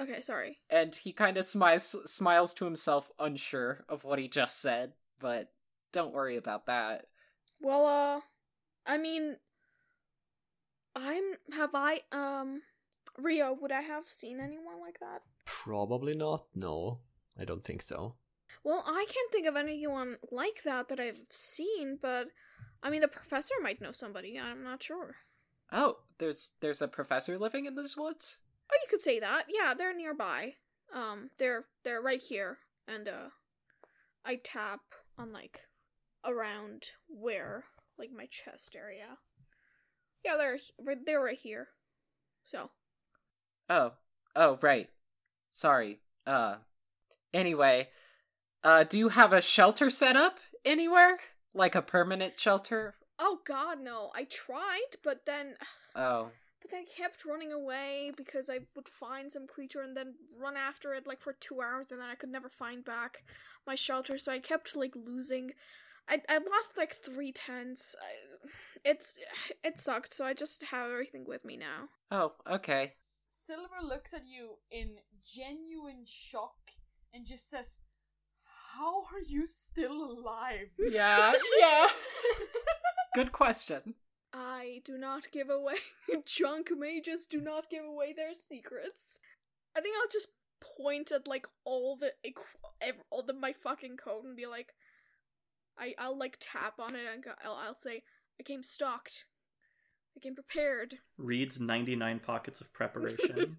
[SPEAKER 5] okay, sorry.
[SPEAKER 3] And he kind of smiles, smiles to himself, unsure of what he just said. But don't worry about that.
[SPEAKER 5] Well, uh, I mean, I'm. Have I, um, Rio, would I have seen anyone like that?
[SPEAKER 2] probably not. No, I don't think so.
[SPEAKER 5] Well, I can't think of anyone like that that I've seen, but I mean, the professor might know somebody. I'm not sure.
[SPEAKER 3] Oh, there's there's a professor living in these woods.
[SPEAKER 5] Oh, you could say that. Yeah, they're nearby. Um, they're they're right here, and uh, I tap on like around where like my chest area. Yeah, they're he- they're right here. So
[SPEAKER 3] Oh, oh, right. Sorry. Uh, anyway, uh, do you have a shelter set up anywhere? Like a permanent shelter?
[SPEAKER 5] Oh god, no. I tried, but then
[SPEAKER 3] Oh,
[SPEAKER 5] but then I kept running away because I would find some creature and then run after it like for 2 hours and then I could never find back my shelter, so I kept like losing I I lost like 3 tents. I, it's it sucked, so I just have everything with me now.
[SPEAKER 3] oh, okay.
[SPEAKER 1] Silver looks at you in genuine shock and just says, How are you still alive?
[SPEAKER 3] Yeah, yeah. Good question.
[SPEAKER 5] I do not give away junk mages do not give away their secrets. I think I'll just point at like all the equ- ev- all the my fucking coat and be like, I I'll like tap on it and go, I'll, I'll say I came stocked, I came prepared.
[SPEAKER 4] Reads 99 pockets of preparation.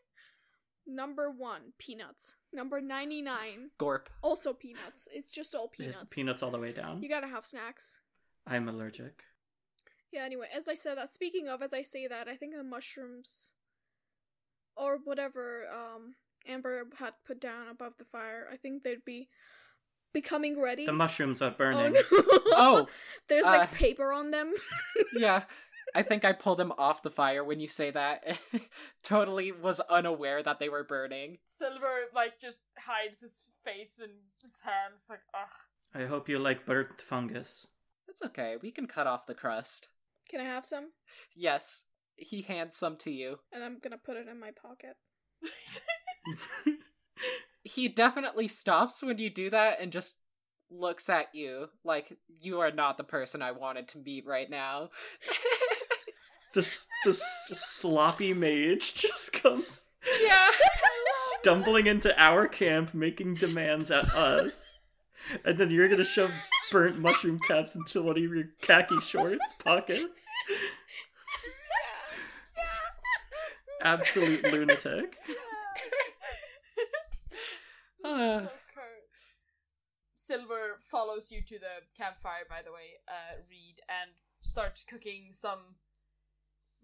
[SPEAKER 5] Number one, peanuts. Number ninety nine,
[SPEAKER 3] Gorp.
[SPEAKER 5] also peanuts. It's just all
[SPEAKER 4] It's
[SPEAKER 5] peanuts.
[SPEAKER 4] peanuts all the way down.
[SPEAKER 5] You gotta have snacks.
[SPEAKER 4] I'm allergic.
[SPEAKER 5] Yeah, anyway, as I said that, speaking of, as I say that, I think the mushrooms or whatever um Amber had put down above the fire, I think they'd be becoming ready.
[SPEAKER 4] The mushrooms are
[SPEAKER 5] oh,
[SPEAKER 4] burning.
[SPEAKER 5] no.
[SPEAKER 3] Oh,
[SPEAKER 5] There's like
[SPEAKER 3] uh,
[SPEAKER 5] paper on them.
[SPEAKER 3] yeah. I think I pulled them off the fire when you say that. totally was unaware that they were burning.
[SPEAKER 1] Silver like just hides his face in his hands, like ugh.
[SPEAKER 4] I hope you like burnt fungus.
[SPEAKER 3] That's okay. We can cut off the crust.
[SPEAKER 5] Can I have some?
[SPEAKER 3] Yes, he hands some to you.
[SPEAKER 5] And I'm gonna put it in my pocket.
[SPEAKER 3] He definitely stops when you do that and just looks at you like you are not the person I wanted to meet right now.
[SPEAKER 4] The s- the s- sloppy mage just comes
[SPEAKER 5] Yeah.
[SPEAKER 4] stumbling into our camp, making demands at us, and then you're gonna shove burnt mushroom caps into one of your khaki shorts pockets. Absolute lunatic.
[SPEAKER 3] Uh,
[SPEAKER 1] Kurt. Silver follows you to the campfire, by the way, uh, Reed, and starts cooking some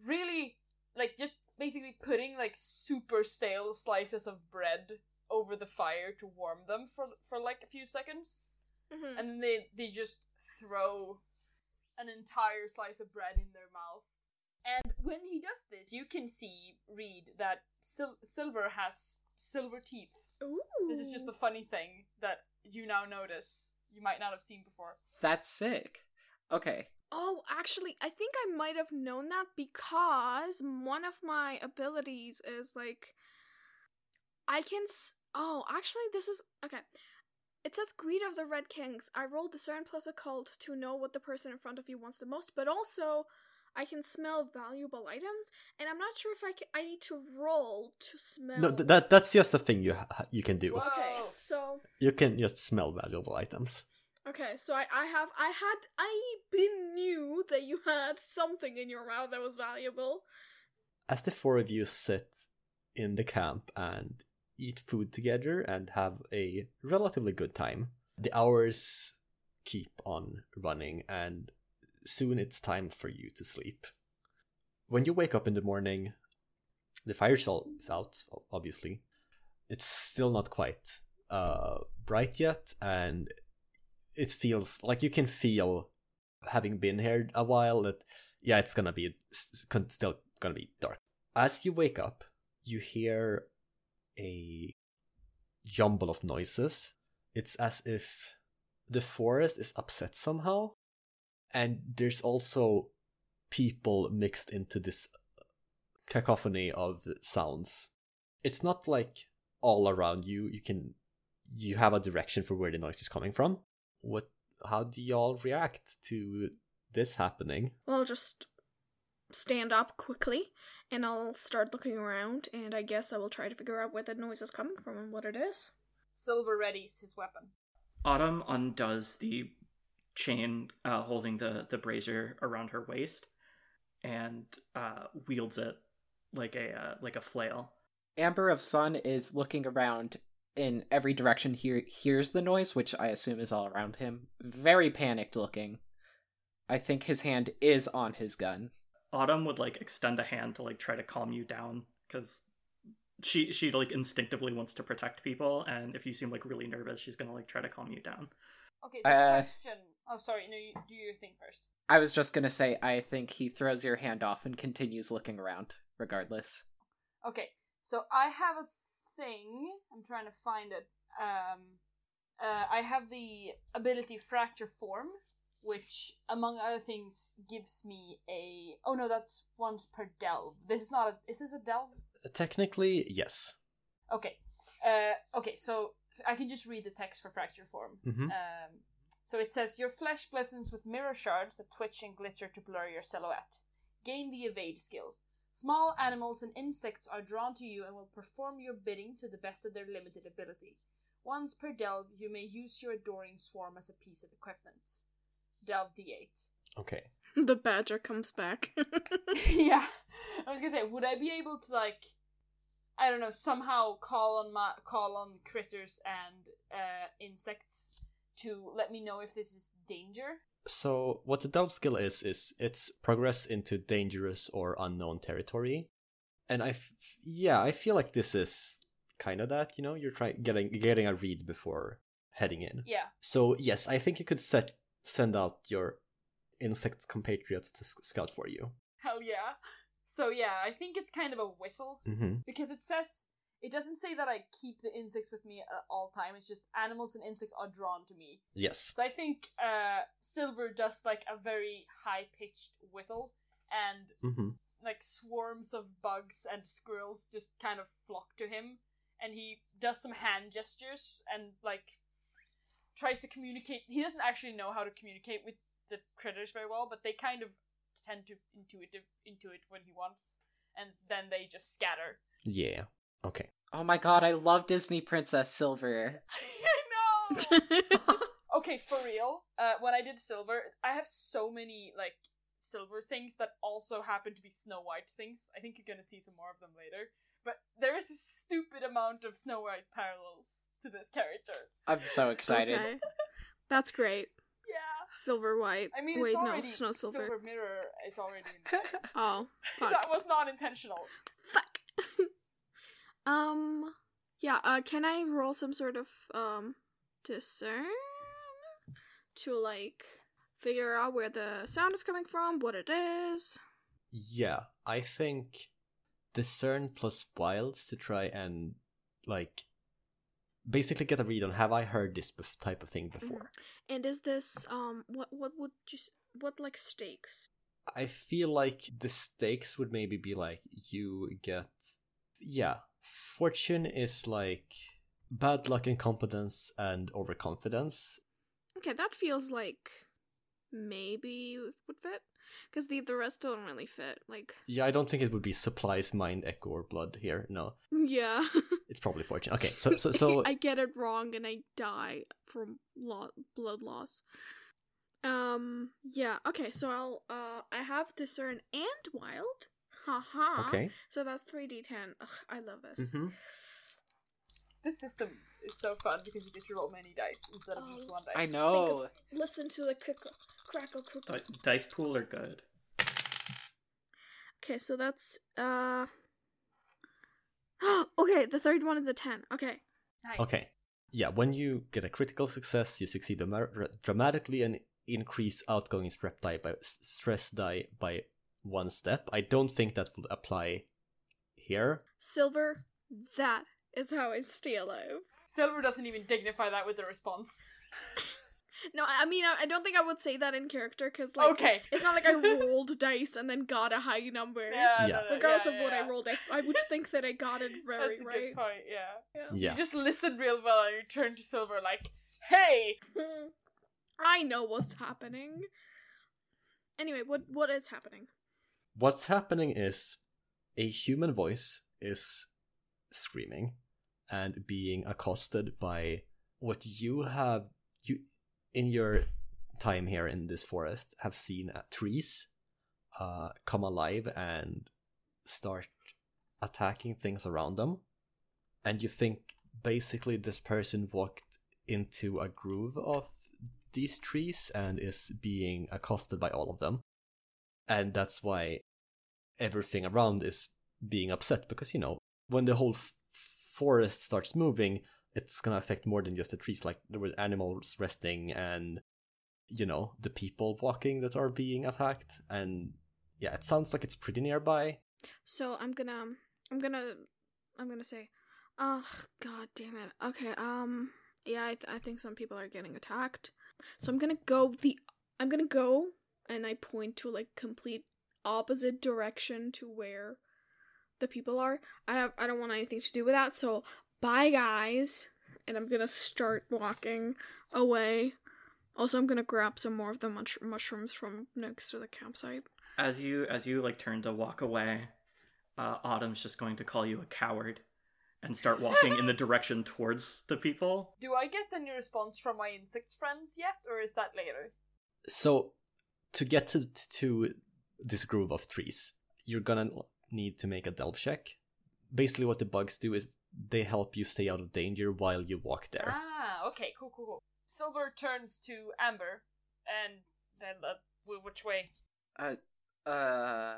[SPEAKER 1] really, like, just basically putting, like, super stale slices of bread over the fire to warm them for, for like, a few seconds.
[SPEAKER 5] Mhm.
[SPEAKER 1] And then they, they just throw an entire slice of bread in their mouth. And when he does this, you can see, Reed, that Sil- Silver has silver teeth.
[SPEAKER 5] Ooh.
[SPEAKER 1] This is just a funny thing that you now notice you might not have seen before.
[SPEAKER 3] that's sick. Okay.
[SPEAKER 5] Oh, actually, I think I might have known that because one of my abilities is like I can s- Oh, actually this is okay. It says greed of the red kings. I roll discern plus occult to know what the person in front of you wants the most, but also I can smell valuable items, and I'm not sure if I can, I need to roll to smell.
[SPEAKER 2] No, th- that that's just a thing you ha- you can do.
[SPEAKER 1] What?
[SPEAKER 5] Okay,
[SPEAKER 1] Whoa.
[SPEAKER 5] so
[SPEAKER 2] You can just smell valuable items.
[SPEAKER 5] Okay, so I, I have I had I been knew that you had something in your mouth that was valuable.
[SPEAKER 2] As the four of you sit in the camp and eat food together and have a relatively good time, the hours keep on running and soon it's time for you to sleep. When you wake up in the morning, the fire shell is out, o- obviously. It's still not quite uh, bright yet, and it feels like you can feel, having been here a while, that yeah, it's gonna be it's con- still gonna be dark. As you wake up, you hear a jumble of noises. It's as if the forest is upset somehow, and there's also people mixed into this cacophony of sounds. It's not like all around you. You can you have a direction for where the noise is coming from. What? How do y'all react to this happening?
[SPEAKER 5] Well, I'll just stand up quickly and I'll start looking around and I guess I will try to figure out where the noise is coming from and what it is.
[SPEAKER 1] Silver readies his weapon.
[SPEAKER 4] Autumn undoes the chain uh, holding the, the brazier around her waist and uh, wields it like a uh, like a flail.
[SPEAKER 3] Amber of Sun is looking around in every direction. He hears the noise, which I assume is all around him. Very panicked looking. I think his hand is on his gun.
[SPEAKER 4] Autumn would like extend a hand to like try to calm you down because she she like instinctively wants to protect people, and if you seem like really nervous, she's gonna like try to calm you down.
[SPEAKER 1] Okay, so
[SPEAKER 3] Uh,
[SPEAKER 1] question. Oh, sorry. No, you, do your thing first.
[SPEAKER 3] I was just gonna say, I think he throws your hand off and continues looking around, regardless.
[SPEAKER 1] Okay, so I have a thing. I'm trying to find it. Um, uh, I have the ability Fracture Form, which, among other things, gives me a. Oh no, that's once per delve. This is not a. Is this a delve?
[SPEAKER 2] Technically, yes.
[SPEAKER 1] Okay. Uh, okay, so I can just read the text for Fracture Form.
[SPEAKER 2] hmm
[SPEAKER 1] Um, so it says your flesh glistens with mirror shards that twitch and glitter to blur your silhouette. Gain the evade skill. Small animals and insects are drawn to you and will perform your bidding to the best of their limited ability. Once per delve, you may use your adoring swarm as a piece of equipment. Delve d8.
[SPEAKER 2] Okay.
[SPEAKER 5] The badger comes back.
[SPEAKER 1] yeah, I was gonna say, would I be able to like, I don't know, somehow call on my call on critters and uh, insects to let me know if this is danger.
[SPEAKER 2] So what the doubt skill is is it's progress into dangerous or unknown territory, and I f- yeah I feel like this is kind of that you know you're trying getting getting a read before heading in.
[SPEAKER 1] Yeah.
[SPEAKER 2] So yes, I think you could set send out your insect compatriots to s- scout for you.
[SPEAKER 1] Hell yeah. So yeah, I think it's kind of a whistle
[SPEAKER 2] Mm-hmm.
[SPEAKER 1] because it says it doesn't say that I keep the insects with me at all time. It's just animals and insects are drawn to me.
[SPEAKER 2] Yes.
[SPEAKER 1] So I think uh, Silver does like a very high pitched whistle, and
[SPEAKER 2] Mm-hmm.
[SPEAKER 1] like swarms of bugs and squirrels just kind of flock to him, and he does some hand gestures and like tries to communicate. He doesn't actually know how to communicate with the critters very well, but they kind of tend to intuitive intuit what he wants, and then they just scatter.
[SPEAKER 2] Yeah. Okay.
[SPEAKER 3] Oh my god, I love Disney Princess Silver.
[SPEAKER 1] I know. Okay, for real. Uh, when I did silver, I have so many like silver things that also happen to be Snow White things. I think you're gonna see some more of them later. But there is a stupid amount of Snow White parallels to this character.
[SPEAKER 3] I'm so excited.
[SPEAKER 5] Okay. That's great.
[SPEAKER 1] Yeah.
[SPEAKER 5] Silver white.
[SPEAKER 1] I mean,
[SPEAKER 5] Wait,
[SPEAKER 1] it's already
[SPEAKER 5] no, snow silver.
[SPEAKER 1] Mirror is already in there.
[SPEAKER 5] Oh, fuck.
[SPEAKER 1] that was not intentional.
[SPEAKER 5] fuck. um, yeah. Uh, can I roll some sort of um discern to like figure out where the sound is coming from, what it is?
[SPEAKER 2] Yeah, I think discern plus wilds to try and like basically get a read on have I heard this bef- type of thing
[SPEAKER 5] Mm-hmm.
[SPEAKER 2] before.
[SPEAKER 5] And is this um what what would you s- what like stakes?
[SPEAKER 2] I feel like the stakes would maybe be like you get yeah, fortune is like bad luck, incompetence, and overconfidence.
[SPEAKER 5] Okay, that feels like maybe would fit because the the rest don't really fit. Like
[SPEAKER 2] Yeah, I don't think it would be supplies, mind, echo, or blood here. No,
[SPEAKER 5] yeah.
[SPEAKER 2] it's probably fortune. Okay, so so so
[SPEAKER 5] I get it wrong and I die from lo- blood loss. Um yeah, okay, so I'll uh I have discern and wild. Haha.
[SPEAKER 2] okay.
[SPEAKER 5] So that's 3d10. Ugh, I love this.
[SPEAKER 2] Mhm.
[SPEAKER 1] This system is so fun because you get to roll many dice instead of just
[SPEAKER 5] Oh.
[SPEAKER 1] one dice.
[SPEAKER 3] I know.
[SPEAKER 5] Listen to the crickle, crackle crackle.
[SPEAKER 4] Di- dice pool are good.
[SPEAKER 5] Okay, so that's uh Okay, the third one is a 10. Okay.
[SPEAKER 1] Nice.
[SPEAKER 2] Okay. Yeah, when you get a critical success, you succeed dramar- dra- dramatically and increase outgoing stress die by s- stress die by one step. I don't think that would apply here.
[SPEAKER 5] Silver, that is how I stay alive.
[SPEAKER 1] Silver doesn't even dignify that with a response.
[SPEAKER 5] No, I I mean, I I don't think I would say that in character because, like,
[SPEAKER 1] okay.
[SPEAKER 5] it's not like I rolled dice and then got a high number.
[SPEAKER 1] Yeah,
[SPEAKER 2] Yeah.
[SPEAKER 1] no, no,
[SPEAKER 5] Regardless
[SPEAKER 1] yeah,
[SPEAKER 5] of what
[SPEAKER 1] yeah.
[SPEAKER 5] I rolled, I, I would think that I got it very
[SPEAKER 1] That's a
[SPEAKER 5] right.
[SPEAKER 1] good point. Yeah.
[SPEAKER 2] Yeah.
[SPEAKER 1] You just listen real well, and you turn to Silver like, "Hey,
[SPEAKER 5] Hmm. I know what's happening. Anyway, what what is happening?
[SPEAKER 2] What's happening is a human voice is screaming and being accosted by what you have you in your time here in this forest have seen uh, trees uh, come alive and start attacking things around them and you think basically this person walked into a groove of these trees and is being accosted by all of them and that's why everything around is being upset because you know when the whole f- forest starts moving it's gonna affect more than just the trees like there were animals resting and you know the people walking that are being attacked and yeah it sounds like it's pretty nearby
[SPEAKER 5] So I'm gonna I'm gonna I'm gonna say, oh god damn it. Okay, um, yeah, I, th- I think some people are getting attacked. So I'm gonna go the I'm gonna go and I point to like complete opposite direction to where the people are. I don't I don't want anything to do with that. So bye guys, and I'm gonna start walking away. Also, I'm gonna grab some more of the mush- mushrooms from next to the campsite.
[SPEAKER 4] As you as you like turn to walk away, uh, Autumn's just going to call you a coward and start walking in the direction towards the people.
[SPEAKER 1] do I get any response from my insect friends yet, or is that later?"
[SPEAKER 2] so to get to, to this groove of trees you're gonna need to make a delve check basically what the bugs do is they help you stay out of danger while you walk there
[SPEAKER 1] Ah, okay, cool, cool, cool. Silver turns to Amber, and then uh, wh- which way?
[SPEAKER 3] Uh, uh,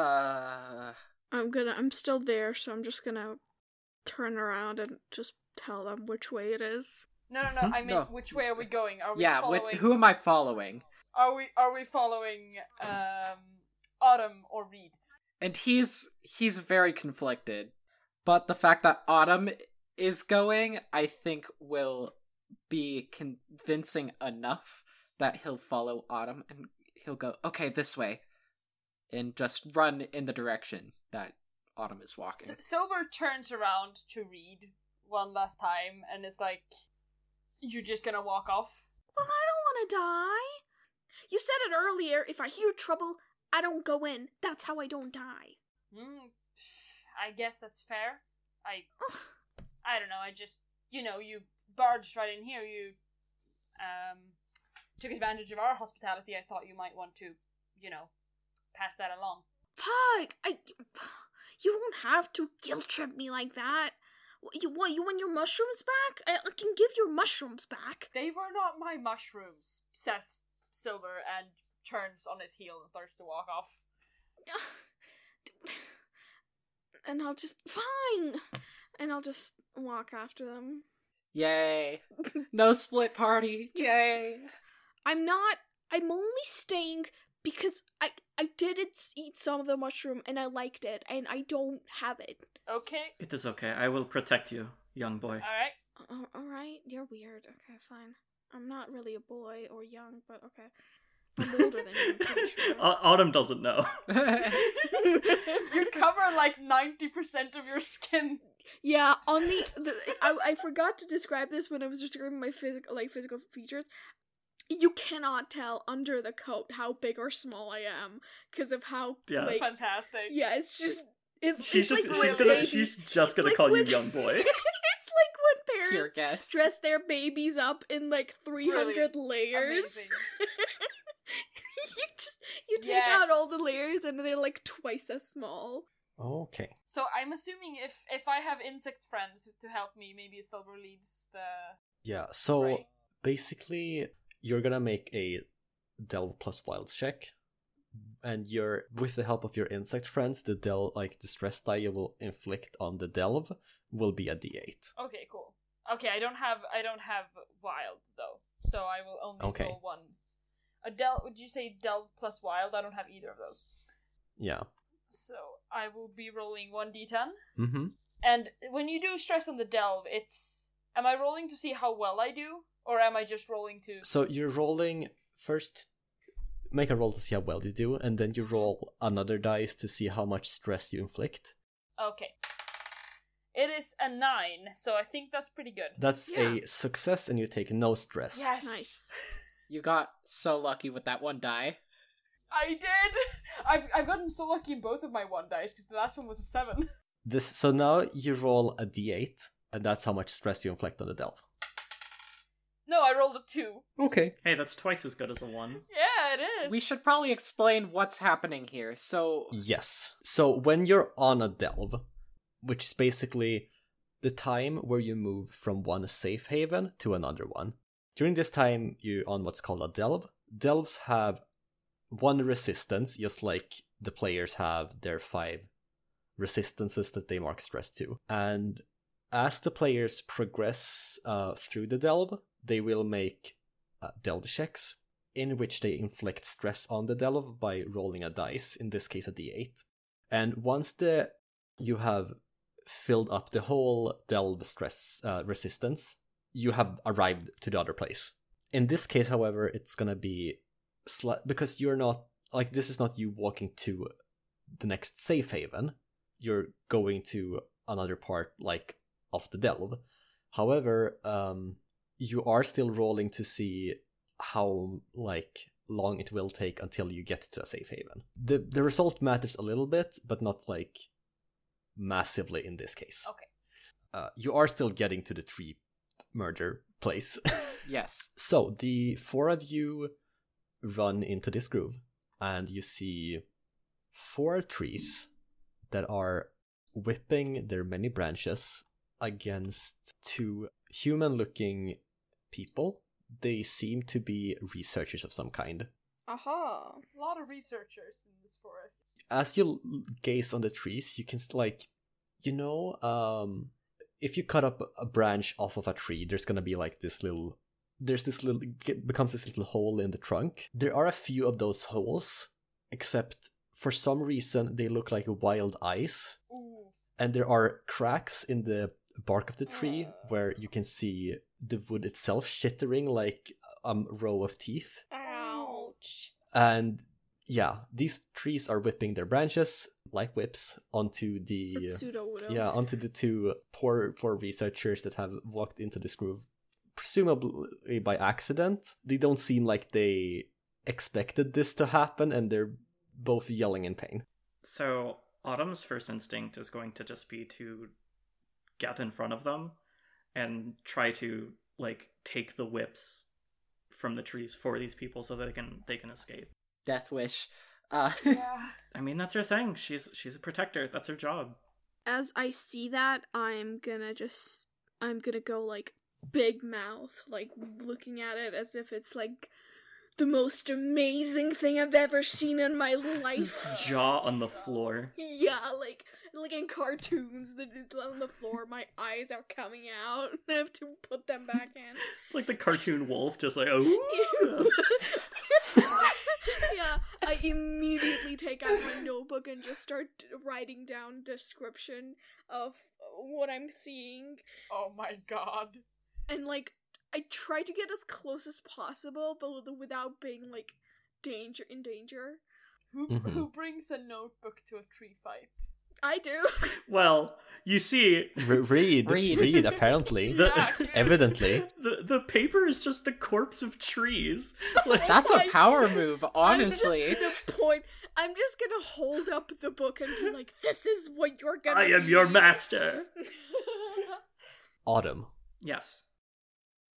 [SPEAKER 3] uh.
[SPEAKER 5] I'm gonna. I'm still there, so I'm just gonna turn around and just tell them which way it is.
[SPEAKER 1] No, no,
[SPEAKER 2] Hmm?
[SPEAKER 1] no. I mean,
[SPEAKER 3] No.
[SPEAKER 1] which way are we going? Are we
[SPEAKER 3] yeah,
[SPEAKER 1] following?
[SPEAKER 3] what, who am I following?
[SPEAKER 1] Are we are we following um, Autumn or Reed?
[SPEAKER 3] And he's he's very conflicted, but the fact that Autumn is going, I think, will be convincing enough that he'll follow Autumn and he'll go, okay, this way, and just run in the direction that Autumn is walking.
[SPEAKER 1] S- Silver turns around to Reed one last time and is like, "You're just gonna walk off."
[SPEAKER 5] Well, I don't want to die. You said it earlier. If I hear trouble, I don't go in. That's how I don't die.
[SPEAKER 1] Hmm. I guess that's fair. I
[SPEAKER 5] Ugh.
[SPEAKER 1] I don't know. I just you know you barged right in here. You um took advantage of our hospitality. I thought you might want to you know pass that along.
[SPEAKER 5] Fuck! I. You won't have to guilt trip me like that. You what? You want your mushrooms back? I, I can give your mushrooms back.
[SPEAKER 1] They were not my mushrooms," says Silver, and turns on his heel and starts to walk off.
[SPEAKER 5] And I'll just fine. And I'll just walk after them.
[SPEAKER 3] Yay! No split party.
[SPEAKER 5] Just-
[SPEAKER 3] Yay!
[SPEAKER 5] I'm not. I'm only staying because I I did its- eat some of the mushroom and I liked it and I don't have it.
[SPEAKER 1] Okay.
[SPEAKER 4] It is okay. I will protect you, young
[SPEAKER 1] All
[SPEAKER 4] boy.
[SPEAKER 1] right.
[SPEAKER 5] Oh, all right, you're weird. Okay, fine. I'm not really a boy or young, but okay. I'm older than you. I'm pretty sure.
[SPEAKER 4] Au- Autumn doesn't know.
[SPEAKER 1] you cover like 90% of your skin.
[SPEAKER 5] Yeah, on the, the I, I forgot to describe this when I was describing my physical like physical features. You cannot tell under the coat how big or small I am because of how
[SPEAKER 4] Yeah.
[SPEAKER 5] like
[SPEAKER 1] Fantastic.
[SPEAKER 5] yeah, it's just it's
[SPEAKER 4] She's
[SPEAKER 5] it's
[SPEAKER 4] just
[SPEAKER 5] like
[SPEAKER 4] she's
[SPEAKER 5] when
[SPEAKER 4] gonna
[SPEAKER 5] babies-
[SPEAKER 4] she's
[SPEAKER 5] it's
[SPEAKER 4] just gonna
[SPEAKER 5] like
[SPEAKER 4] call you
[SPEAKER 5] when-
[SPEAKER 4] young boy.
[SPEAKER 5] it's like when
[SPEAKER 3] Pure
[SPEAKER 5] parents
[SPEAKER 3] guess.
[SPEAKER 5] dress their babies up in like 300 layers.
[SPEAKER 1] Amazing.
[SPEAKER 5] you just you take out all the
[SPEAKER 1] Yes.
[SPEAKER 5] layers and they're like twice as small.
[SPEAKER 2] Okay.
[SPEAKER 1] So I'm assuming if if I have insect friends to help me, maybe Silver leads the
[SPEAKER 2] Yeah, so
[SPEAKER 1] Right.
[SPEAKER 2] basically, you're gonna make a Delve plus Wilds check, and you're with the help of your insect friends, the Delve like the stress die you will inflict on the Delve will be a D8.
[SPEAKER 1] Okay, cool. Okay, I don't have I don't have wild though. So I will only
[SPEAKER 2] Okay.
[SPEAKER 1] roll one. A del would you say delve plus wild? I don't have either of those.
[SPEAKER 2] Yeah.
[SPEAKER 1] So I will be rolling 1d10.
[SPEAKER 2] Mm-hmm.
[SPEAKER 1] And when you do stress on the delve, it's am I rolling to see how well I do or am I just rolling to
[SPEAKER 2] So you're rolling first. Make a roll to see how well you do, and then you roll another dice to see how much stress you inflict.
[SPEAKER 1] Okay. It is a nine, so I think that's pretty good.
[SPEAKER 2] That's
[SPEAKER 5] Yeah.
[SPEAKER 2] a success, and you take no stress.
[SPEAKER 1] Yes.
[SPEAKER 5] Nice.
[SPEAKER 3] you got so lucky with that one die.
[SPEAKER 1] I did. I've I've gotten so lucky in both of my one dice because the last one was a seven.
[SPEAKER 2] This. So now you roll a D8, and that's how much stress you inflict on the Delve.
[SPEAKER 1] No, I rolled a two.
[SPEAKER 2] Okay.
[SPEAKER 4] hey, that's twice as good as a one.
[SPEAKER 1] Yeah, it is.
[SPEAKER 3] We should probably explain what's happening here. So,
[SPEAKER 2] Yes. So when you're on a delve, which is basically the time where you move from one safe haven to another one, during this time you're on what's called a delve. Delves have one resistance, just like the players have their five resistances that they mark stress to. And as the players progress uh, through the delve, they will make uh, delve checks in which they inflict stress on the delve by rolling a dice, in this case a d8. And once the you have filled up the whole delve stress uh, resistance, you have arrived to the other place. In this case, however, it's gonna be sli- because you're not like this is not you walking to the next safe haven. You're going to another part like of the delve. However, um, you are still rolling to see how like long it will take until you get to a safe haven. The the result matters a little bit, but not like massively in this case.
[SPEAKER 1] Okay.
[SPEAKER 2] Uh, you are still getting to the tree murder place.
[SPEAKER 3] yes.
[SPEAKER 2] so the four of you run into this groove, and you see four trees that are whipping their many branches against two human-looking people They seem to be researchers of some kind.
[SPEAKER 5] Aha.
[SPEAKER 1] A lot of researchers in this forest.
[SPEAKER 2] as you l- gaze on the trees, you can s- like, you know, um, if you cut up a branch off of a tree, there's gonna be like this little, there's this little it becomes this little hole in the trunk. There are a few of those holes, except for some reason they look like wild eyes,
[SPEAKER 1] Ooh,
[SPEAKER 2] and there are cracks in the bark of the tree where you can see the wood itself shittering like a row of teeth
[SPEAKER 5] Ouch.
[SPEAKER 2] and yeah these trees are whipping their branches like whips onto the
[SPEAKER 5] Pseudo widow.
[SPEAKER 2] yeah onto the two poor poor researchers that have walked into this groove presumably by accident they don't seem like they expected this to happen and they're both yelling in pain
[SPEAKER 4] So Autumn's first instinct is going to just be to get in front of them and try to like take the whips from the trees for these people so that they can they can escape.
[SPEAKER 3] Death wish. Uh,
[SPEAKER 1] yeah.
[SPEAKER 4] I mean that's her thing. She's she's a protector. That's her job.
[SPEAKER 5] As I see that, I'm gonna just I'm gonna go like big mouth, like looking at it as if it's like the most amazing thing I've ever seen in my life.
[SPEAKER 4] Jaw on the floor.
[SPEAKER 5] Yeah, like like in cartoons, that it's on the floor. My eyes are coming out. I have to put them back in.
[SPEAKER 4] Like the cartoon wolf just like oh
[SPEAKER 5] yeah, I immediately take out my notebook and just start writing down description of what I'm seeing,
[SPEAKER 1] Oh my god.
[SPEAKER 5] and like I try to get as close as possible, but with- without being like danger in danger.
[SPEAKER 1] Who
[SPEAKER 2] Mhm.
[SPEAKER 1] who brings a notebook to a tree fight?
[SPEAKER 5] I do.
[SPEAKER 4] well, you see
[SPEAKER 2] Re- read
[SPEAKER 3] Read.
[SPEAKER 2] read apparently
[SPEAKER 4] The-
[SPEAKER 1] Yeah, cute.
[SPEAKER 2] evidently
[SPEAKER 4] the the paper is just the corpse of trees. Like
[SPEAKER 3] that's a
[SPEAKER 5] my
[SPEAKER 3] power
[SPEAKER 5] God.
[SPEAKER 3] move,
[SPEAKER 5] I'm
[SPEAKER 3] honestly.
[SPEAKER 5] just gonna point. I'm just gonna hold up the book and be like, "This is what you're gonna."
[SPEAKER 4] I am your
[SPEAKER 5] be."
[SPEAKER 4] master.
[SPEAKER 2] autumn
[SPEAKER 4] Yes.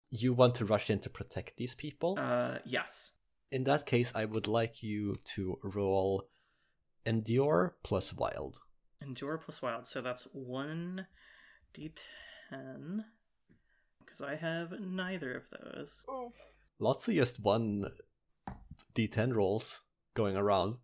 [SPEAKER 2] you want to rush in to protect these people
[SPEAKER 4] Uh yes.
[SPEAKER 2] in that case i would like you to roll endure plus wild
[SPEAKER 4] Endure plus wild, so that's one d10. Because I have neither of those.
[SPEAKER 1] Oof.
[SPEAKER 2] lots of just one d10 rolls going around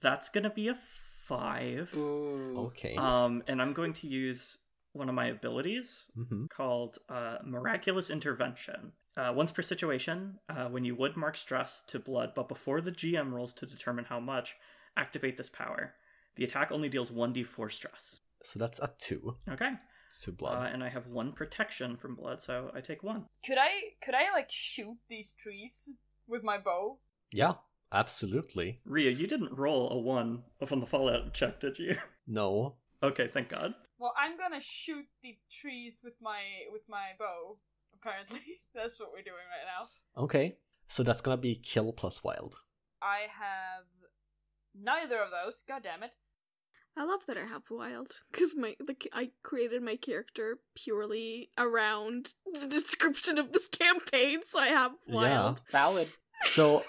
[SPEAKER 4] That's gonna be a five.
[SPEAKER 3] Ooh.
[SPEAKER 2] okay
[SPEAKER 4] Um, and I'm going to use one of my abilities
[SPEAKER 2] hmm
[SPEAKER 4] called uh, Miraculous Intervention. Uh, once per situation, uh, when you would mark stress to blood, but before the GM rolls to determine how much, activate this power. The attack only deals 1d4 stress.
[SPEAKER 2] so that's a two
[SPEAKER 4] Okay.
[SPEAKER 2] to
[SPEAKER 4] Uh,
[SPEAKER 2] blood
[SPEAKER 4] and I have one protection from blood, so I take one.
[SPEAKER 1] Could I could I like shoot these trees with my bow?
[SPEAKER 2] yeah absolutely
[SPEAKER 4] Ria, you didn't roll a one up on the Fallout check, did you?
[SPEAKER 2] no
[SPEAKER 4] Okay, thank God.
[SPEAKER 1] Well, I'm gonna shoot the trees with my with my bow. Apparently, that's what we're doing right now.
[SPEAKER 2] okay so that's gonna be kill plus wild
[SPEAKER 1] I have neither of those. God damn it!
[SPEAKER 5] I love that I have wild because my the ca- I created my character purely around the description of this campaign, so I have wild.
[SPEAKER 3] Valid.
[SPEAKER 2] so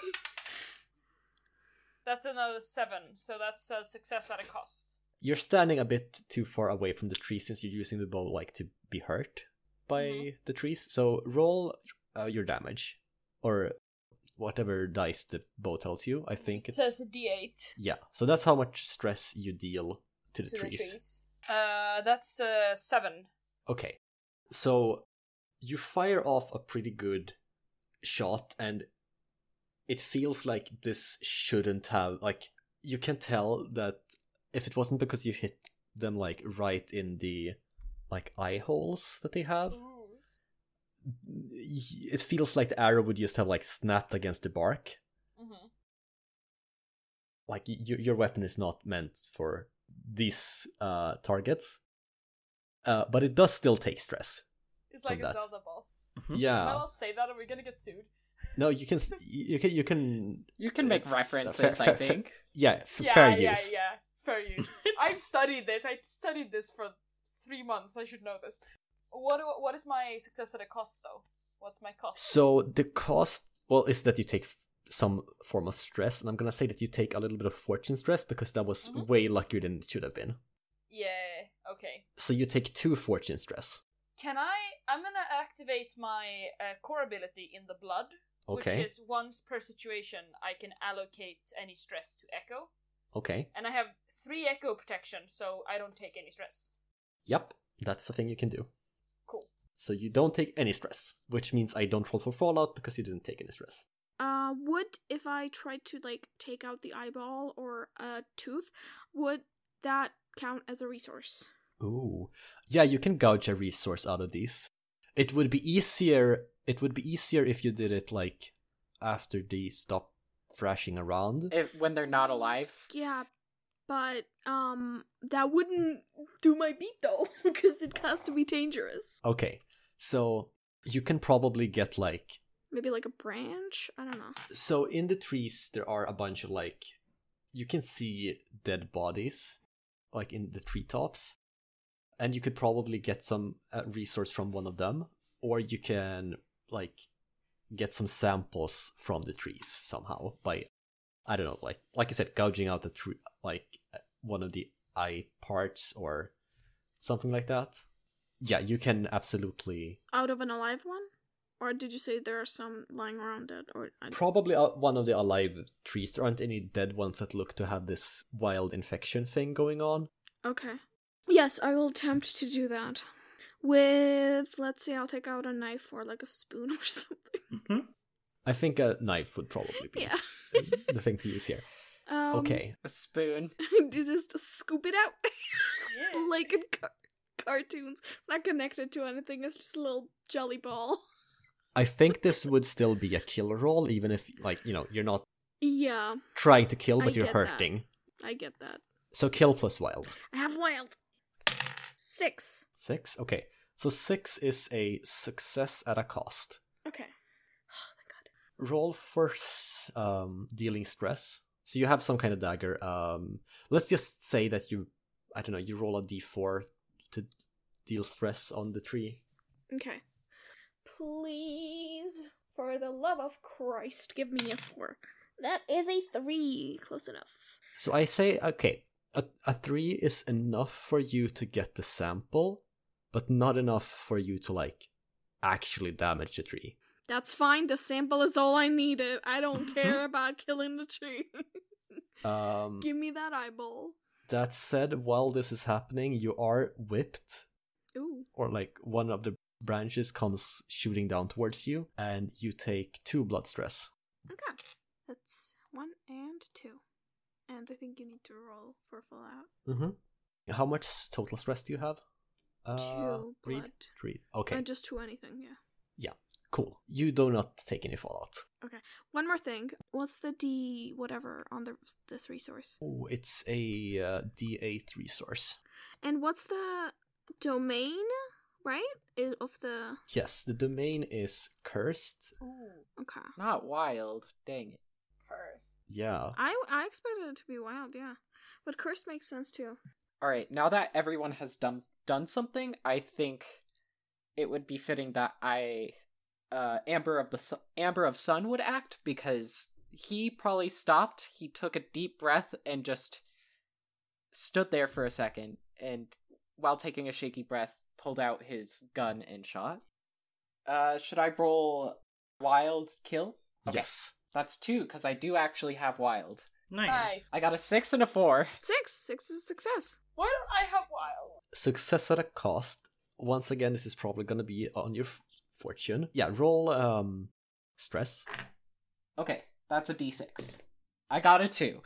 [SPEAKER 1] That's another seven. So that's a success at a cost.
[SPEAKER 2] you're standing a bit too far away from the tree since you're using the bow like to be hurt by
[SPEAKER 1] Mhm.
[SPEAKER 2] the trees so roll uh, your damage or whatever dice the bow tells you i think
[SPEAKER 1] it
[SPEAKER 2] it's
[SPEAKER 1] says a D8
[SPEAKER 2] yeah so that's how much stress you deal to the
[SPEAKER 1] to the
[SPEAKER 2] trees
[SPEAKER 1] trees. Uh, that's uh seven.
[SPEAKER 2] Okay. So you fire off a pretty good shot and it feels like this shouldn't have like you can tell that if it wasn't because you hit them like right in the like eye holes that they have
[SPEAKER 1] Ooh.
[SPEAKER 2] y- it feels like the arrow would just have like snapped against the bark
[SPEAKER 1] Mhm.
[SPEAKER 2] like y- y- your weapon is not meant for these uh targets uh but it does still take stress
[SPEAKER 1] It's like
[SPEAKER 2] From
[SPEAKER 1] a
[SPEAKER 2] that. Oh.
[SPEAKER 1] Zelda boss.
[SPEAKER 4] Mm-hmm. Hmm?
[SPEAKER 2] yeah
[SPEAKER 1] Am I allowed to say that? Are we gonna get sued?
[SPEAKER 2] No, you can s- you can you can
[SPEAKER 3] You can make
[SPEAKER 2] It's a
[SPEAKER 3] references,
[SPEAKER 2] fair-
[SPEAKER 3] I
[SPEAKER 2] fair-
[SPEAKER 3] think.
[SPEAKER 2] yeah, f-
[SPEAKER 1] yeah,
[SPEAKER 2] fair
[SPEAKER 1] yeah,
[SPEAKER 2] use.
[SPEAKER 1] yeah. Fair use. I've studied this. I studied this for three months. I should know this. What do- what is my success at a cost though? What's my cost?
[SPEAKER 2] So the cost well is that you take f- some form of stress, and I'm gonna say that you take a little bit of fortune stress because that was
[SPEAKER 1] Mhm.
[SPEAKER 2] way luckier than it should have been.
[SPEAKER 1] yeah. Okay.
[SPEAKER 2] So you take two fortune stress.
[SPEAKER 1] Can I? I'm gonna activate my uh, core ability in the blood,
[SPEAKER 2] Okay.
[SPEAKER 1] which is once per situation I can allocate any stress to Echo,
[SPEAKER 2] Okay.
[SPEAKER 1] and I have three Echo protection, so I don't take any stress.
[SPEAKER 2] Yep. That's the thing you can do.
[SPEAKER 1] Cool.
[SPEAKER 2] So you don't take any stress, which means I don't roll for fallout because you didn't take any stress.
[SPEAKER 5] Uh, would if I tried to like take out the eyeball or a tooth, would that count as a resource?
[SPEAKER 2] Ooh. Yeah, you can gouge a resource out of these. It would be easier it would be easier if you did it like after they stop thrashing around.
[SPEAKER 3] If, when they're not alive,
[SPEAKER 5] Yeah, but um, that wouldn't do my beat though because it has to be dangerous.
[SPEAKER 2] Okay. So you can probably get like
[SPEAKER 5] Maybe like a branch. I don't know.
[SPEAKER 2] so in the trees there are a bunch of like you can see dead bodies like in the treetops and you could probably get some uh, resource from one of them or you can like get some samples from the trees somehow by i don't know like like i said gouging out the tree like uh, one of the eye parts or something like that yeah you can absolutely
[SPEAKER 5] Out of an alive one, or did you say there are some lying around dead? Or I
[SPEAKER 2] Probably uh, one of the alive trees. There aren't any dead ones that look to have this wild infection thing going on.
[SPEAKER 5] Okay. Yes, I will attempt to do that. With let's say I'll take out a knife or like a spoon or something.
[SPEAKER 4] Mhm.
[SPEAKER 2] I think a knife would probably be
[SPEAKER 5] Yeah.
[SPEAKER 2] the thing to use here.
[SPEAKER 5] Um,
[SPEAKER 2] okay.
[SPEAKER 3] a spoon.
[SPEAKER 5] you just scoop it out
[SPEAKER 1] Yeah.
[SPEAKER 5] like in car- cartoons. It's not connected to anything. It's just a little jelly ball.
[SPEAKER 2] I think this would still be a killer roll, even if, like, you know, you're not
[SPEAKER 5] Yeah,
[SPEAKER 2] trying to kill,
[SPEAKER 5] I
[SPEAKER 2] but you're
[SPEAKER 5] get that.
[SPEAKER 2] hurting.
[SPEAKER 5] I get that.
[SPEAKER 2] So kill plus wild.
[SPEAKER 5] I have wild. Six.
[SPEAKER 2] Six? Okay. So six is a success at a cost.
[SPEAKER 5] Okay. Oh my god.
[SPEAKER 2] Roll for s- um, dealing stress. So you have some kind of dagger. Um, let's just say that you, I don't know, you roll a d4 to deal stress on the tree.
[SPEAKER 5] Okay. Please, for the love of Christ, give me a four. That is a three. Close enough.
[SPEAKER 2] So I say, okay, a, a three is enough for you to get the sample, but not enough for you to like actually damage the tree.
[SPEAKER 5] That's fine. The sample is all I needed. I don't care about killing the tree.
[SPEAKER 2] Um,
[SPEAKER 5] give me that eyeball.
[SPEAKER 2] that said, while this is happening, you are whipped
[SPEAKER 5] Ooh.
[SPEAKER 2] or like one of the branches comes shooting down towards you, and you take two blood stress.
[SPEAKER 5] Okay. That's one and two. And I think you need to roll for fallout.
[SPEAKER 2] Mm-hmm. How much total stress do you have? Uh,
[SPEAKER 5] Two
[SPEAKER 2] read?
[SPEAKER 5] blood.
[SPEAKER 2] Read. Okay,
[SPEAKER 5] And just two anything, yeah.
[SPEAKER 2] cool. You do not take any fallout.
[SPEAKER 5] One more thing. What's the D whatever on the this resource?
[SPEAKER 2] Oh, it's a uh, D8 resource.
[SPEAKER 5] And what's the domain, right? I- Of the
[SPEAKER 2] Yes, the domain is cursed.
[SPEAKER 1] Ooh,
[SPEAKER 5] okay.
[SPEAKER 3] Not wild. Dang it.
[SPEAKER 1] curse.
[SPEAKER 2] Yeah.
[SPEAKER 5] I I expected it to be wild, yeah. But cursed makes sense too.
[SPEAKER 3] All right, now that everyone has done done something, I think it would be fitting that I uh Amber of the Su- Amber of Sun would act because he probably stopped, he took a deep breath and just stood there for a second and while taking a shaky breath, pulled out his gun and shot. Uh should I roll wild kill? Okay.
[SPEAKER 2] Yes.
[SPEAKER 3] That's 2 cuz I do actually have wild.
[SPEAKER 4] Nice.
[SPEAKER 3] I got a 6 and a 4.
[SPEAKER 5] Six. Six is a success.
[SPEAKER 1] Why don't I have wild?
[SPEAKER 2] Success at a cost. Once again, this is probably going to be on your f- fortune. Yeah, roll um stress.
[SPEAKER 3] Okay, that's a d6. I got a 2.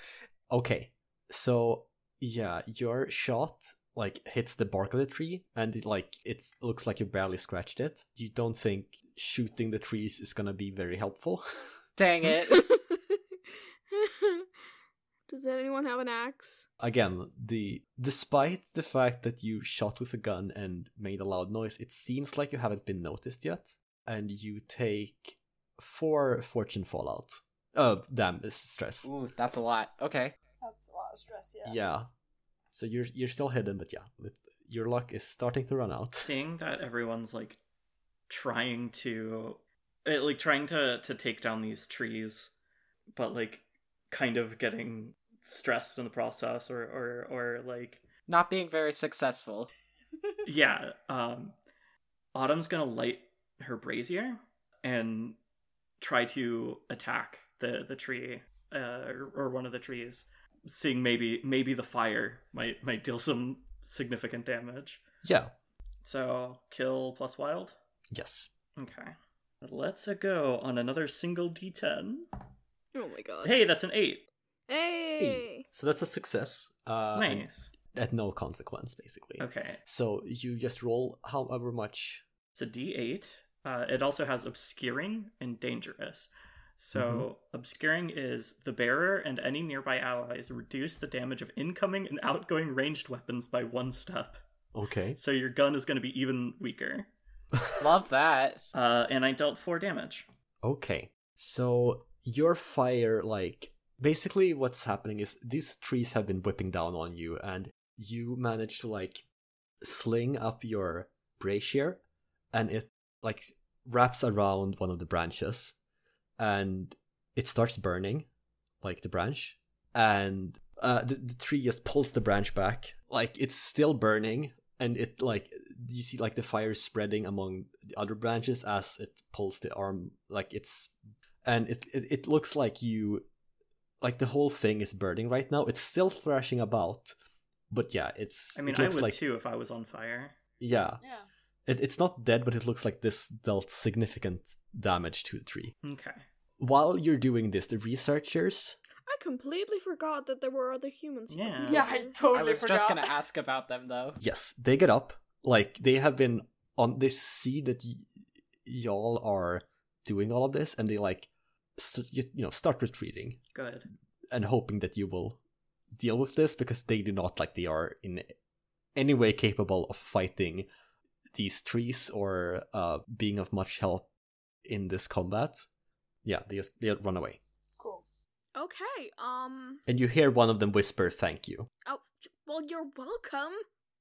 [SPEAKER 2] Okay. So, yeah, your shot like hits the bark of the tree and it, like it looks like you barely scratched it. You don't think shooting the trees is going to be very helpful.
[SPEAKER 3] Dang it.
[SPEAKER 5] Does anyone have an axe?
[SPEAKER 2] again the despite the fact that you shot with a gun and made a loud noise it seems like you haven't been noticed yet and you take four fortune fallout uh damn it's stress
[SPEAKER 3] Ooh, that's a lot. Okay.
[SPEAKER 1] That's a lot of stress.
[SPEAKER 2] yeah.
[SPEAKER 1] Yeah.
[SPEAKER 2] so you're you're still hidden but yeah with, your luck is starting to run out
[SPEAKER 4] Seeing that everyone's like trying to, eh, like trying to to take down these trees, but like kind of getting stressed in the process, or or or like
[SPEAKER 3] Not being very successful.
[SPEAKER 4] yeah um Autumn's gonna light her brazier and try to attack the the tree uh, or, or one of the trees, seeing maybe maybe the fire might might deal some significant damage.
[SPEAKER 2] Yeah.
[SPEAKER 4] So kill plus wild.
[SPEAKER 2] Yes.
[SPEAKER 4] Okay, let's a go on another single d10.
[SPEAKER 5] Oh my god.
[SPEAKER 4] Hey, that's an eight.
[SPEAKER 5] Hey!
[SPEAKER 2] So that's a success. Uh, and
[SPEAKER 4] nice.
[SPEAKER 2] At no consequence, basically.
[SPEAKER 4] Okay,
[SPEAKER 2] So you just roll however much.
[SPEAKER 4] It's a D8. Uh, it also has obscuring and dangerous. So, obscuring is the bearer and any nearby allies reduce the damage of incoming and outgoing ranged weapons by one step.
[SPEAKER 2] Okay.
[SPEAKER 4] So, your gun is going to be even weaker.
[SPEAKER 3] Love that.
[SPEAKER 4] Uh, and I dealt four damage.
[SPEAKER 2] Okay. So your fire, like, basically what's happening is these trees have been whipping down on you, and you manage to, like, sling up your brazier, and it, like, wraps around one of the branches, and it starts burning, like, the branch, and uh, the, the tree just pulls the branch back. Like, it's still burning, and it, like, you see, like, the fire spreading among the other branches as it pulls the arm like it's and it it, it looks like you like the whole thing is burning right now it's still thrashing about but yeah it's
[SPEAKER 4] I mean,
[SPEAKER 2] it
[SPEAKER 4] I
[SPEAKER 2] looks
[SPEAKER 4] would
[SPEAKER 2] like
[SPEAKER 4] too if I was on fire.
[SPEAKER 2] yeah
[SPEAKER 1] Yeah.
[SPEAKER 2] it, it's not dead but it looks like this dealt significant damage to the tree
[SPEAKER 4] Okay.
[SPEAKER 2] while you're doing this the researchers
[SPEAKER 5] I completely forgot that there were other humans.
[SPEAKER 4] Yeah.
[SPEAKER 5] people
[SPEAKER 1] Yeah, I
[SPEAKER 5] here.
[SPEAKER 1] totally
[SPEAKER 3] I was
[SPEAKER 1] forgot.
[SPEAKER 3] just gonna ask about them though.
[SPEAKER 2] yes they get up like they have been on they see that y- y'all are doing all of this and they like st- you know start retreating
[SPEAKER 4] Good.
[SPEAKER 2] and hoping that you will deal with this because they do not like they are in any way capable of fighting these trees or uh, being of much help in this combat. Yeah, they just they run away,
[SPEAKER 1] Cool.
[SPEAKER 5] Okay, um.
[SPEAKER 2] and you hear one of them whisper, "Thank you."
[SPEAKER 5] Oh, well, you're welcome.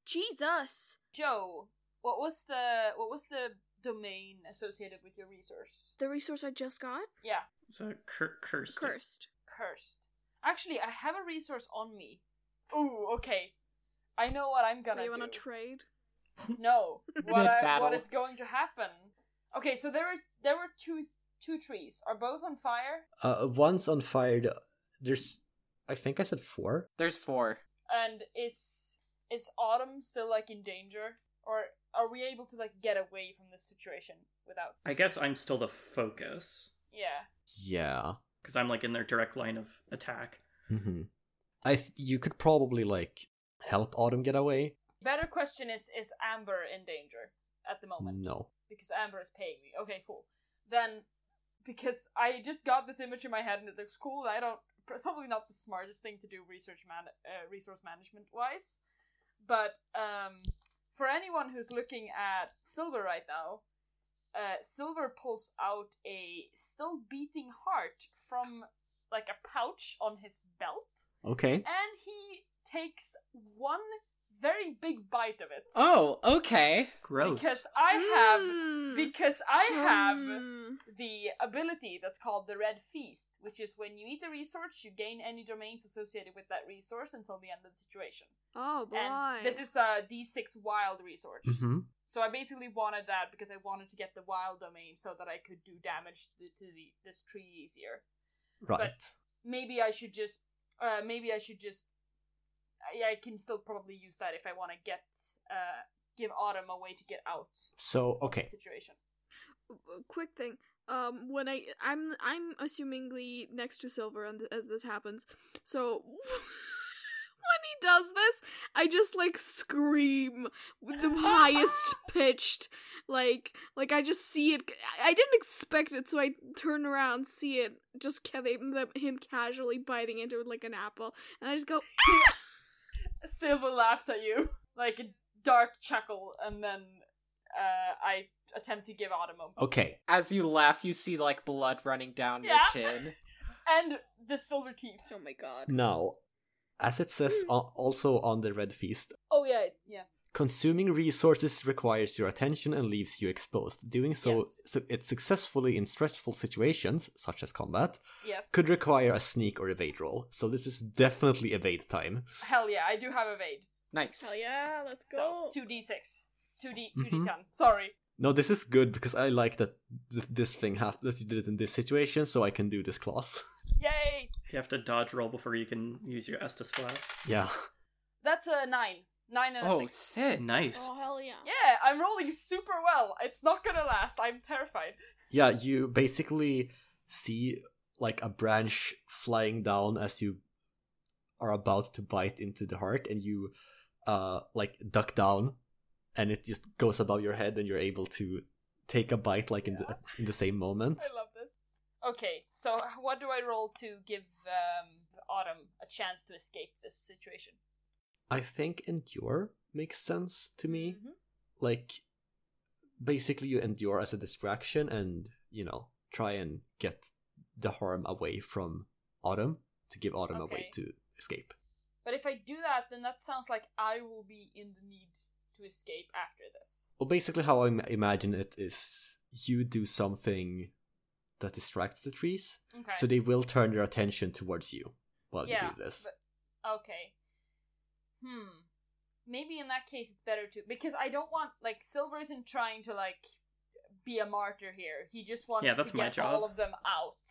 [SPEAKER 5] Jesus.
[SPEAKER 1] Joe, what was the what was the domain associated with your resource?
[SPEAKER 5] The resource I just got?
[SPEAKER 1] Yeah,
[SPEAKER 4] So, cur- cursed.
[SPEAKER 5] Cursed.
[SPEAKER 1] cursed. Actually, I have a resource on me. Ooh, okay. I know what I'm
[SPEAKER 5] Do
[SPEAKER 1] gonna
[SPEAKER 5] you
[SPEAKER 1] do.
[SPEAKER 5] want to trade?
[SPEAKER 1] No. What,
[SPEAKER 3] Good
[SPEAKER 1] I,
[SPEAKER 3] battle.
[SPEAKER 1] what is going to happen? Okay, so there are there were two two trees. Are both on fire?
[SPEAKER 2] Uh, once on fire, the- there's I think I said four.
[SPEAKER 3] There's four.
[SPEAKER 1] And is is Autumn still like in danger? Or are we able to like get away from this situation without
[SPEAKER 4] I guess I'm still the focus
[SPEAKER 1] Yeah.
[SPEAKER 2] Yeah,
[SPEAKER 4] because I'm like in their direct line of attack.
[SPEAKER 2] mm-hmm. I th- you could probably like help Autumn get away.
[SPEAKER 1] Better question is is Amber in danger at the moment?
[SPEAKER 2] No,
[SPEAKER 1] Because Amber is paying me. Okay, cool. Then because I just got this image in my head and it looks cool. I don't probably not the smartest thing to do research man uh, resource management wise, but um, for anyone who's looking at silver right now, uh, silver pulls out a still beating heart from like a pouch on his belt,
[SPEAKER 2] okay.
[SPEAKER 1] and he takes one very big bite of it.
[SPEAKER 3] Oh, okay.
[SPEAKER 4] Gross.
[SPEAKER 1] Because I have
[SPEAKER 5] Mm.
[SPEAKER 1] because I have
[SPEAKER 5] Hmm.
[SPEAKER 1] the ability that's called the Red Feast, which is when you eat a resource, you gain any domains associated with that resource until the end of the situation.
[SPEAKER 5] Oh, boy.
[SPEAKER 1] And this is a D6 wild resource.
[SPEAKER 2] Mm-hmm.
[SPEAKER 1] So I basically wanted that because I wanted to get the wild domain so that I could do damage to, to the, this tree easier.
[SPEAKER 2] Right.
[SPEAKER 1] Maybe I should just. Uh, maybe I should just. I, I can still probably use that if I want to get. Uh, give Autumn a way to get out
[SPEAKER 2] so
[SPEAKER 1] of
[SPEAKER 2] okay.
[SPEAKER 1] the situation.
[SPEAKER 5] W- quick thing. Um, when I I'm I'm assumingly next to Silver and as this happens, so when he does this, I just like scream with the highest pitched, like like I just see it. I- I didn't expect it, so I turn around, see it, just ca- them- them- him casually biting into like an apple, and I just go, "Ah!"
[SPEAKER 1] Silver laughs at you, like a dark chuckle, and then uh, I attempt to give Autumn a.
[SPEAKER 2] Okay.
[SPEAKER 3] As you laugh, you see like blood running down
[SPEAKER 1] Yeah.
[SPEAKER 3] your chin.
[SPEAKER 1] And the silver teeth.
[SPEAKER 5] oh my god,
[SPEAKER 2] Now, as it says al- also on the Red Feast,
[SPEAKER 1] Oh, yeah, yeah.
[SPEAKER 2] consuming resources requires your attention and leaves you exposed. Doing so,
[SPEAKER 1] Yes.
[SPEAKER 2] su- it successfully in stressful situations, such as combat,
[SPEAKER 1] Yes.
[SPEAKER 2] could require a sneak or evade roll. So this is definitely evade time.
[SPEAKER 1] Hell yeah, I do have evade.
[SPEAKER 3] Nice.
[SPEAKER 5] hell yeah, let's
[SPEAKER 1] So,
[SPEAKER 5] go.
[SPEAKER 1] 2d6. 2d, 2d10.
[SPEAKER 2] Mhm.
[SPEAKER 1] Sorry.
[SPEAKER 2] No, this is good because I like that th- this thing happened, that you did it in this situation, so I can do this class.
[SPEAKER 1] Yay!
[SPEAKER 4] You have to dodge roll before you can use your Estus flask.
[SPEAKER 2] Yeah.
[SPEAKER 1] That's a nine. Nine and a
[SPEAKER 3] Oh,
[SPEAKER 1] six.
[SPEAKER 3] sick.
[SPEAKER 4] Nice.
[SPEAKER 5] Oh hell yeah.
[SPEAKER 1] Yeah, I'm rolling super well. It's not gonna last. I'm terrified.
[SPEAKER 2] Yeah, you basically see like a branch flying down as you are about to bite into the heart and you uh like duck down and it just goes above your head and you're able to take a bite like in the in the same moment.
[SPEAKER 1] I love this. Okay, so what do I roll to give um, Autumn a chance to escape this situation?
[SPEAKER 2] I think endure makes sense to me.
[SPEAKER 1] Mhm.
[SPEAKER 2] Like basically you endure as a distraction and, you know, try and get the harm away from Autumn to give Autumn a way
[SPEAKER 1] Okay.
[SPEAKER 2] to escape.
[SPEAKER 1] But if I do that, then that sounds like I will be in the need to escape after this.
[SPEAKER 2] Well, basically, how I im- imagine it is you do something that distracts the trees,
[SPEAKER 1] Okay.
[SPEAKER 2] so they will turn their attention towards you while
[SPEAKER 1] Yeah,
[SPEAKER 2] you do this.
[SPEAKER 1] Okay. Hmm. Maybe in that case it's better to because I don't want like Silver isn't trying to like be a martyr here. He just wants
[SPEAKER 4] Yeah, that's
[SPEAKER 1] to
[SPEAKER 4] my
[SPEAKER 1] get
[SPEAKER 4] job.
[SPEAKER 1] all of them out.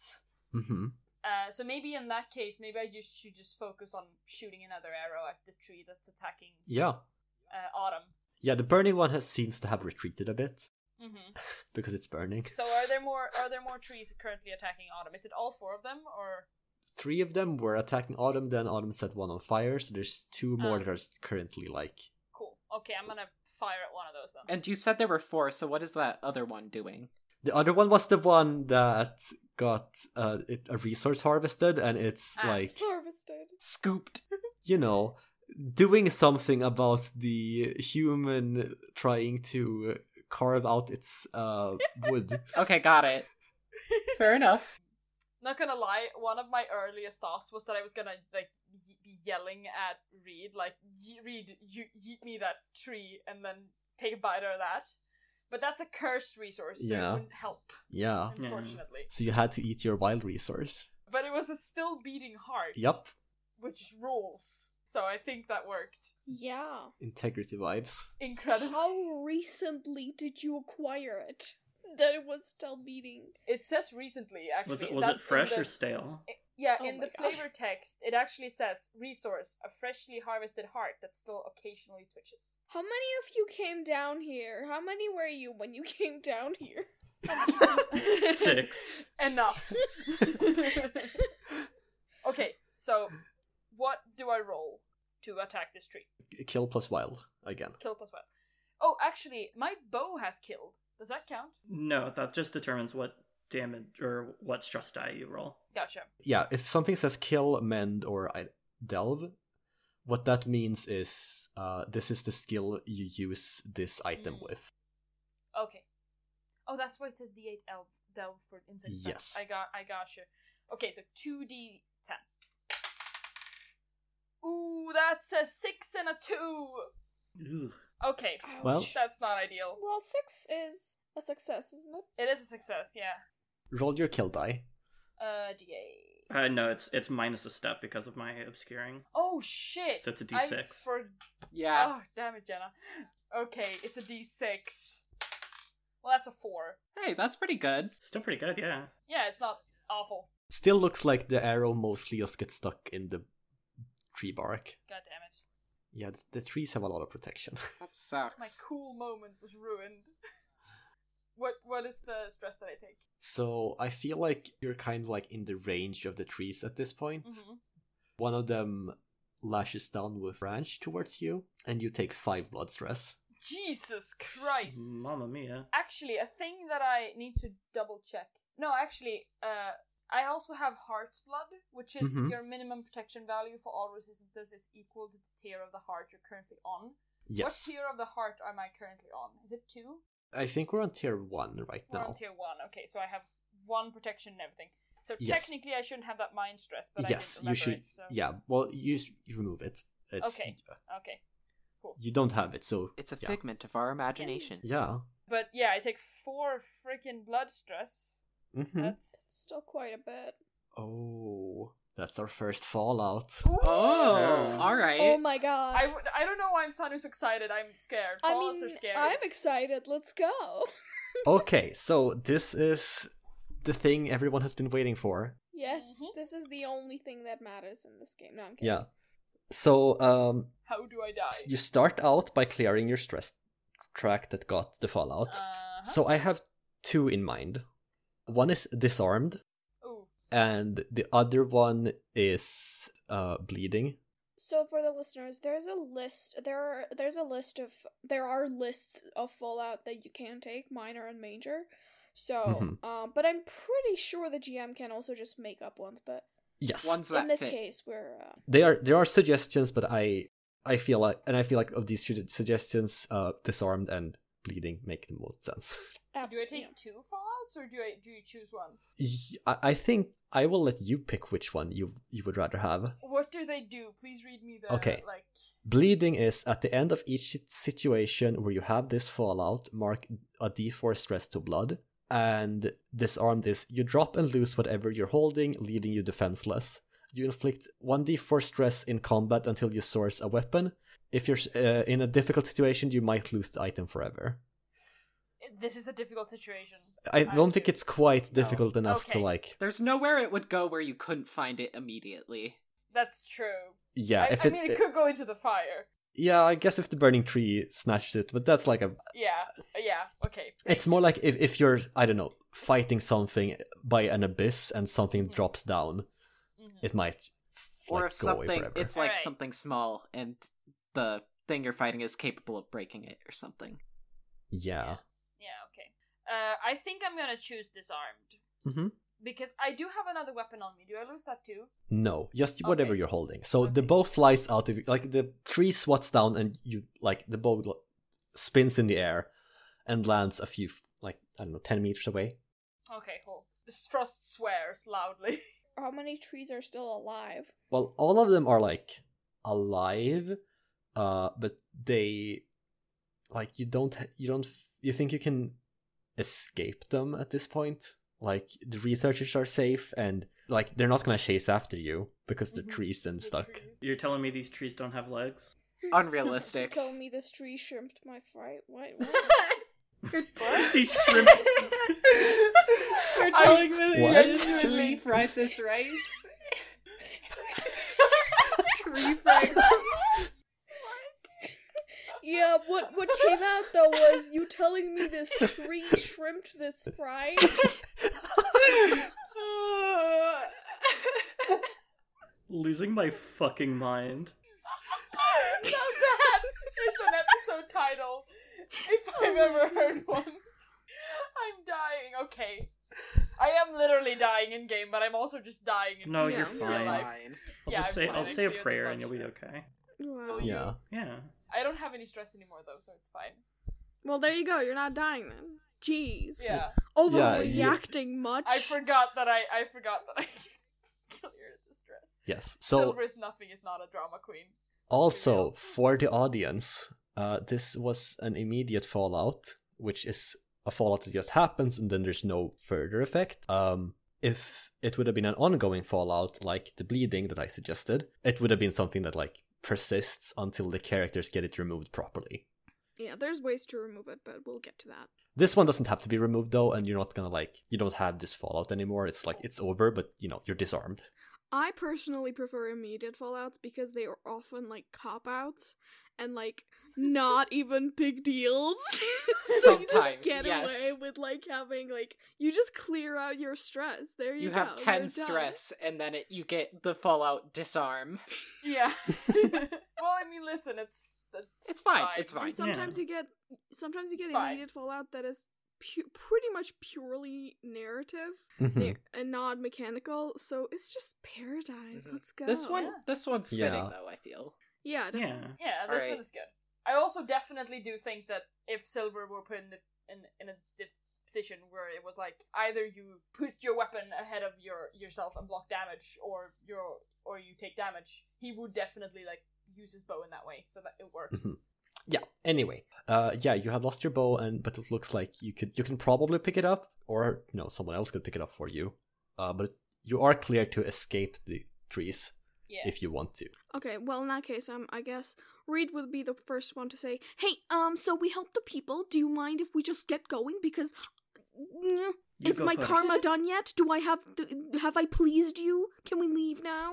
[SPEAKER 2] hmm
[SPEAKER 1] Uh, so maybe in that case, maybe I just should just focus on shooting another arrow at the tree that's attacking
[SPEAKER 2] Yeah.
[SPEAKER 1] uh, Autumn.
[SPEAKER 2] Yeah, the burning one has seems to have retreated a bit
[SPEAKER 1] hmm
[SPEAKER 2] because it's burning.
[SPEAKER 1] So are there more are there more trees currently attacking Autumn? Is it all four of them or
[SPEAKER 2] Three of them were attacking Autumn, then Autumn set one on fire, so there's two more
[SPEAKER 1] Ah.
[SPEAKER 2] that are s- currently like.
[SPEAKER 1] cool? Okay, I'm gonna fire at one of those then.
[SPEAKER 3] And you said there were four, so what is that other one doing?
[SPEAKER 2] The other one was the one that got uh, it, a resource harvested, and it's
[SPEAKER 1] Ah.
[SPEAKER 2] like.
[SPEAKER 5] Harvested.
[SPEAKER 3] Scooped.
[SPEAKER 2] you know, doing something about the human trying to carve out its uh, wood.
[SPEAKER 3] Okay, got it. Fair enough.
[SPEAKER 1] Not gonna lie, one of my earliest thoughts was that I was gonna like y- be yelling at Reed, like "Ye- Reed, you yeet me that tree, and then take a bite out of that. But that's a cursed resource, so
[SPEAKER 2] Yeah.
[SPEAKER 1] it wouldn't help,
[SPEAKER 2] yeah.
[SPEAKER 4] Yeah.
[SPEAKER 1] unfortunately.
[SPEAKER 2] So you had to eat your wild resource.
[SPEAKER 1] But it was a still beating heart.
[SPEAKER 2] Yup.
[SPEAKER 1] Which rules. So I think that worked.
[SPEAKER 5] Yeah.
[SPEAKER 2] Integrity vibes.
[SPEAKER 1] Incredible.
[SPEAKER 5] How recently did you acquire it? That it was still beating.
[SPEAKER 1] It says recently, actually.
[SPEAKER 4] Was it was it
[SPEAKER 1] That's in
[SPEAKER 4] fresh
[SPEAKER 1] the-
[SPEAKER 4] or stale?
[SPEAKER 1] I- Yeah,
[SPEAKER 5] Oh
[SPEAKER 1] in
[SPEAKER 5] my
[SPEAKER 1] the
[SPEAKER 5] God.
[SPEAKER 1] flavor text, it actually says resource, a freshly harvested heart that still occasionally twitches.
[SPEAKER 5] How many of you came down here? How many were you when you came down here?
[SPEAKER 4] Six.
[SPEAKER 1] Enough. okay, so what do I roll to attack this tree?
[SPEAKER 2] Kill plus wild again.
[SPEAKER 1] Kill plus one. Oh, actually, my bow has killed. Does that count?
[SPEAKER 4] No, that just determines what damage or what stress die you roll.
[SPEAKER 1] Gotcha.
[SPEAKER 2] Yeah, if something says kill, mend, or I- delve, what that means is uh, this is the skill you use this item
[SPEAKER 1] Mm.
[SPEAKER 2] with.
[SPEAKER 1] Okay. Oh, that's why it says D8 elf delve for insect. spells.
[SPEAKER 2] Yes.
[SPEAKER 1] I got. I got you. Okay, so two D ten. Ooh, that's a six and a two.
[SPEAKER 4] Ugh.
[SPEAKER 1] Okay,
[SPEAKER 2] Well-
[SPEAKER 5] Ouch.
[SPEAKER 1] that's not ideal.
[SPEAKER 5] well, six is a success, isn't it?
[SPEAKER 1] It is a success. Yeah.
[SPEAKER 2] Roll your kill die.
[SPEAKER 1] Uh, D8.
[SPEAKER 4] Uh, no, it's it's minus a step because of my obscuring.
[SPEAKER 1] Oh shit.
[SPEAKER 4] So it's a
[SPEAKER 1] I
[SPEAKER 4] D6.
[SPEAKER 1] For...
[SPEAKER 3] Yeah.
[SPEAKER 1] Oh damn it, Jenna. Okay, it's a D6. Well, that's a four.
[SPEAKER 3] Hey, that's pretty good.
[SPEAKER 4] Still pretty good, yeah.
[SPEAKER 1] Yeah, it's not awful.
[SPEAKER 2] Still looks like the arrow mostly just gets stuck in the tree bark.
[SPEAKER 1] God damn it.
[SPEAKER 2] Yeah, th- the trees have a lot of protection.
[SPEAKER 3] That
[SPEAKER 1] My
[SPEAKER 3] sucks.
[SPEAKER 1] cool moment was ruined. what what is the stress that I take?
[SPEAKER 2] So I feel like you're kind of like in the range of the trees at this point.
[SPEAKER 1] Mm-hmm.
[SPEAKER 2] One of them lashes down with branch towards you, and you take five blood stress.
[SPEAKER 1] Jesus Christ.
[SPEAKER 4] Mamma mia.
[SPEAKER 1] Actually, a thing that I need to double check. No, actually, uh I also have heart's blood, which is
[SPEAKER 2] Mhm.
[SPEAKER 1] your minimum protection value for all resistances is equal to the tier of the heart you're currently on.
[SPEAKER 2] Yes,
[SPEAKER 1] What tier of the heart am I currently on? Is it two?
[SPEAKER 2] I think we're on tier one right
[SPEAKER 1] We're
[SPEAKER 2] now.
[SPEAKER 1] on tier one. Okay, so I have one protection and everything. So
[SPEAKER 2] Yes.
[SPEAKER 1] technically, I shouldn't have that mind stress, but
[SPEAKER 2] yes,
[SPEAKER 1] I
[SPEAKER 2] you
[SPEAKER 1] didn't remember
[SPEAKER 2] should.
[SPEAKER 1] it. So.
[SPEAKER 2] Yeah, well, you s- you remove it. It's,
[SPEAKER 1] Okay. Okay.
[SPEAKER 2] You don't have it, so
[SPEAKER 3] It's a
[SPEAKER 2] yeah.
[SPEAKER 3] figment of our imagination.
[SPEAKER 2] Yeah.
[SPEAKER 1] But yeah, I take four freaking blood stress.
[SPEAKER 2] hmm
[SPEAKER 1] That's
[SPEAKER 5] Still quite a bit.
[SPEAKER 2] Oh, That's our first Fallout.
[SPEAKER 3] Oh, all right.
[SPEAKER 5] Oh my god.
[SPEAKER 1] I, would- I don't know why I'm sound is excited. I'm scared.
[SPEAKER 5] I
[SPEAKER 1] Fallouts
[SPEAKER 5] mean,
[SPEAKER 1] are scary.
[SPEAKER 5] I'm excited. Let's go.
[SPEAKER 2] Okay, so this is the thing everyone has been waiting for.
[SPEAKER 5] Yes,
[SPEAKER 1] Mhm.
[SPEAKER 5] this is the only thing that matters in this game. No, I'm kidding.
[SPEAKER 2] Yeah. So um,
[SPEAKER 1] How do I die?
[SPEAKER 2] s- you start out by clearing your stress track that got the Fallout.
[SPEAKER 1] Uh-huh.
[SPEAKER 2] So I have two in mind. One is disarmed,
[SPEAKER 1] Ooh.
[SPEAKER 2] and the other one is uh, bleeding.
[SPEAKER 5] So for the listeners, there's a list. There are there's a list of there are lists of Fallout that you can take, minor and major. So,
[SPEAKER 2] Mhm.
[SPEAKER 5] um, but I'm pretty sure the GM can also just make up ones. But
[SPEAKER 2] Yes.
[SPEAKER 3] One's that
[SPEAKER 5] in this
[SPEAKER 3] thing.
[SPEAKER 5] case, we're uh,
[SPEAKER 2] They are there are suggestions, but I I feel like and I feel like of these su- suggestions, uh, disarmed and bleeding make the most sense.
[SPEAKER 1] So do I
[SPEAKER 5] absolutely-
[SPEAKER 1] take two fallouts or do I do you choose one?
[SPEAKER 2] Y- I I think I will let you pick which one you you would rather have.
[SPEAKER 1] What do they do? Please read me the
[SPEAKER 2] Okay.
[SPEAKER 1] like
[SPEAKER 2] Bleeding is at the end of each sit- situation where you have this fallout, mark a d4 stress to blood, and disarmed is you drop and lose whatever you're holding, leaving you defenseless. You inflict 1d4 stress in combat until you source a weapon. If you're uh, in a difficult situation, you might lose the item forever.
[SPEAKER 1] this is a difficult situation.
[SPEAKER 2] I don't think
[SPEAKER 1] see.
[SPEAKER 2] it's quite difficult enough to
[SPEAKER 1] Okay.
[SPEAKER 2] like.
[SPEAKER 3] There's nowhere it would go where you couldn't find it immediately.
[SPEAKER 1] That's true.
[SPEAKER 2] Yeah,
[SPEAKER 1] I,
[SPEAKER 2] if
[SPEAKER 1] I
[SPEAKER 2] it,
[SPEAKER 1] mean it could go into the fire.
[SPEAKER 2] yeah, I guess if the burning tree snatched it, but that's like a
[SPEAKER 1] Yeah. Yeah. Okay.
[SPEAKER 2] It's more like if, if you're, I don't know, fighting something by an abyss and something drops down,
[SPEAKER 1] Mhm.
[SPEAKER 2] it might
[SPEAKER 3] or
[SPEAKER 2] like,
[SPEAKER 3] if
[SPEAKER 2] go away
[SPEAKER 3] something
[SPEAKER 2] forever.
[SPEAKER 3] it's like
[SPEAKER 1] Alright.
[SPEAKER 3] something small and the thing you're fighting is capable of breaking it or something
[SPEAKER 2] yeah.
[SPEAKER 1] Yeah, okay. Uh, I think I'm gonna choose disarmed.
[SPEAKER 2] Mhm.
[SPEAKER 1] Because I do have another weapon on me. Do I lose that too?
[SPEAKER 2] No, just whatever
[SPEAKER 1] Okay.
[SPEAKER 2] you're holding. So the
[SPEAKER 1] Okay.
[SPEAKER 2] bow flies out of you, like the tree swats down and you like the bow lo- spins in the air and lands a few like I don't know, ten meters away.
[SPEAKER 1] Okay, cool. Trust swears loudly.
[SPEAKER 5] How many trees are still alive?
[SPEAKER 2] Well, all of them are like alive, uh, but they like you don't ha- you don't f- you think you can escape them at this point? Like the researchers are safe and like they're not gonna chase after you because they're
[SPEAKER 1] Mhm.
[SPEAKER 2] trees and
[SPEAKER 1] The
[SPEAKER 2] stuck.
[SPEAKER 1] trees.
[SPEAKER 4] You're telling me these trees don't have legs?
[SPEAKER 5] You
[SPEAKER 3] unrealistic
[SPEAKER 5] told me this tree shrimped my fright. What? what?
[SPEAKER 3] you're
[SPEAKER 1] What?
[SPEAKER 4] these shrimps.
[SPEAKER 3] you're
[SPEAKER 1] I-
[SPEAKER 3] telling me
[SPEAKER 2] What?
[SPEAKER 3] that you tree fried this rice tree fried rice
[SPEAKER 5] yeah, what what came out though was you telling me this tree shrimped this fry.
[SPEAKER 4] Losing my fucking mind.
[SPEAKER 1] so that is an episode title. If I've ever heard one. I'm dying. Okay. I am literally dying in game, but I'm also just dying in
[SPEAKER 4] No,
[SPEAKER 1] real
[SPEAKER 4] you're
[SPEAKER 1] life.
[SPEAKER 4] fine. I'll
[SPEAKER 1] Yeah,
[SPEAKER 4] just
[SPEAKER 1] I'm
[SPEAKER 4] say
[SPEAKER 1] fine.
[SPEAKER 4] I'll
[SPEAKER 1] I
[SPEAKER 4] say a
[SPEAKER 1] cleared the
[SPEAKER 4] prayer
[SPEAKER 1] bunch
[SPEAKER 4] and you'll be
[SPEAKER 1] stress.
[SPEAKER 4] okay.
[SPEAKER 1] Oh,
[SPEAKER 5] Wow.
[SPEAKER 2] Yeah.
[SPEAKER 4] Yeah.
[SPEAKER 1] I don't have any stress anymore though, so it's fine.
[SPEAKER 5] Well, there you go. You're not dying then. Jeez.
[SPEAKER 1] Yeah.
[SPEAKER 5] Overreacting much.
[SPEAKER 1] I forgot that I I forgot that I kill your distress.
[SPEAKER 2] Yes.
[SPEAKER 1] So
[SPEAKER 2] So
[SPEAKER 1] Silver is nothing if not a drama queen.
[SPEAKER 2] also for the audience, uh, this was an immediate fallout, which is a fallout that just happens and then there's no further effect. Um, if it would have been an ongoing fallout, like the bleeding that I suggested, it would have been something that like persists until the characters get it removed properly.
[SPEAKER 5] yeah, there's ways to remove it, but we'll get to that.
[SPEAKER 2] This one doesn't have to be removed though, and you're not gonna like you don't have this fallout anymore. It's like it's over, but you know you're disarmed.
[SPEAKER 5] I personally prefer immediate fallouts because they are often like cop outs and like not even big deals. so you just
[SPEAKER 3] Sometimes,
[SPEAKER 5] get
[SPEAKER 3] yes.
[SPEAKER 5] away with like having like you just clear out your stress. There you,
[SPEAKER 3] you
[SPEAKER 5] go.
[SPEAKER 3] have 10
[SPEAKER 5] you're done.
[SPEAKER 3] stress and then it, you get the fallout disarm
[SPEAKER 1] Yeah. well, I mean, listen, it's the
[SPEAKER 3] it's fine
[SPEAKER 1] Fine.
[SPEAKER 3] it's fine
[SPEAKER 5] And sometimes you get sometimes you get
[SPEAKER 1] It's fine.
[SPEAKER 5] immediate fallout that is pu- pretty much purely narrative
[SPEAKER 2] Mhm.
[SPEAKER 1] Hmm.
[SPEAKER 5] na- and not mechanical. So it's just paradise.
[SPEAKER 3] Mhm.
[SPEAKER 5] Let's go.
[SPEAKER 1] Oh,
[SPEAKER 3] this one this one's fitting
[SPEAKER 2] Yeah.
[SPEAKER 3] though i feel
[SPEAKER 5] yeah, definitely.
[SPEAKER 4] Yeah.
[SPEAKER 1] yeah. This
[SPEAKER 3] Alright.
[SPEAKER 1] one is good. I also definitely do think that if Silver were put in the, in in a di- position where it was like either you put your weapon ahead of your yourself and block damage, or your or you take damage, he would definitely like use his bow in that way, so that it works.
[SPEAKER 2] Mhm. yeah anyway uh yeah you have lost your bow and but it looks like you could you can probably pick it up or you know someone else could pick it up for you uh but you are clear to escape the trees
[SPEAKER 1] Yeah.
[SPEAKER 2] if you want to.
[SPEAKER 5] Okay, well in that case, um, I guess Reed would be the first one to say, "Hey, um, so we help the people. Do you mind if we just get going? Because mm,
[SPEAKER 4] You
[SPEAKER 5] is
[SPEAKER 4] go
[SPEAKER 5] my
[SPEAKER 4] first.
[SPEAKER 5] karma done yet? Do I have th- have I pleased you? Can we leave now?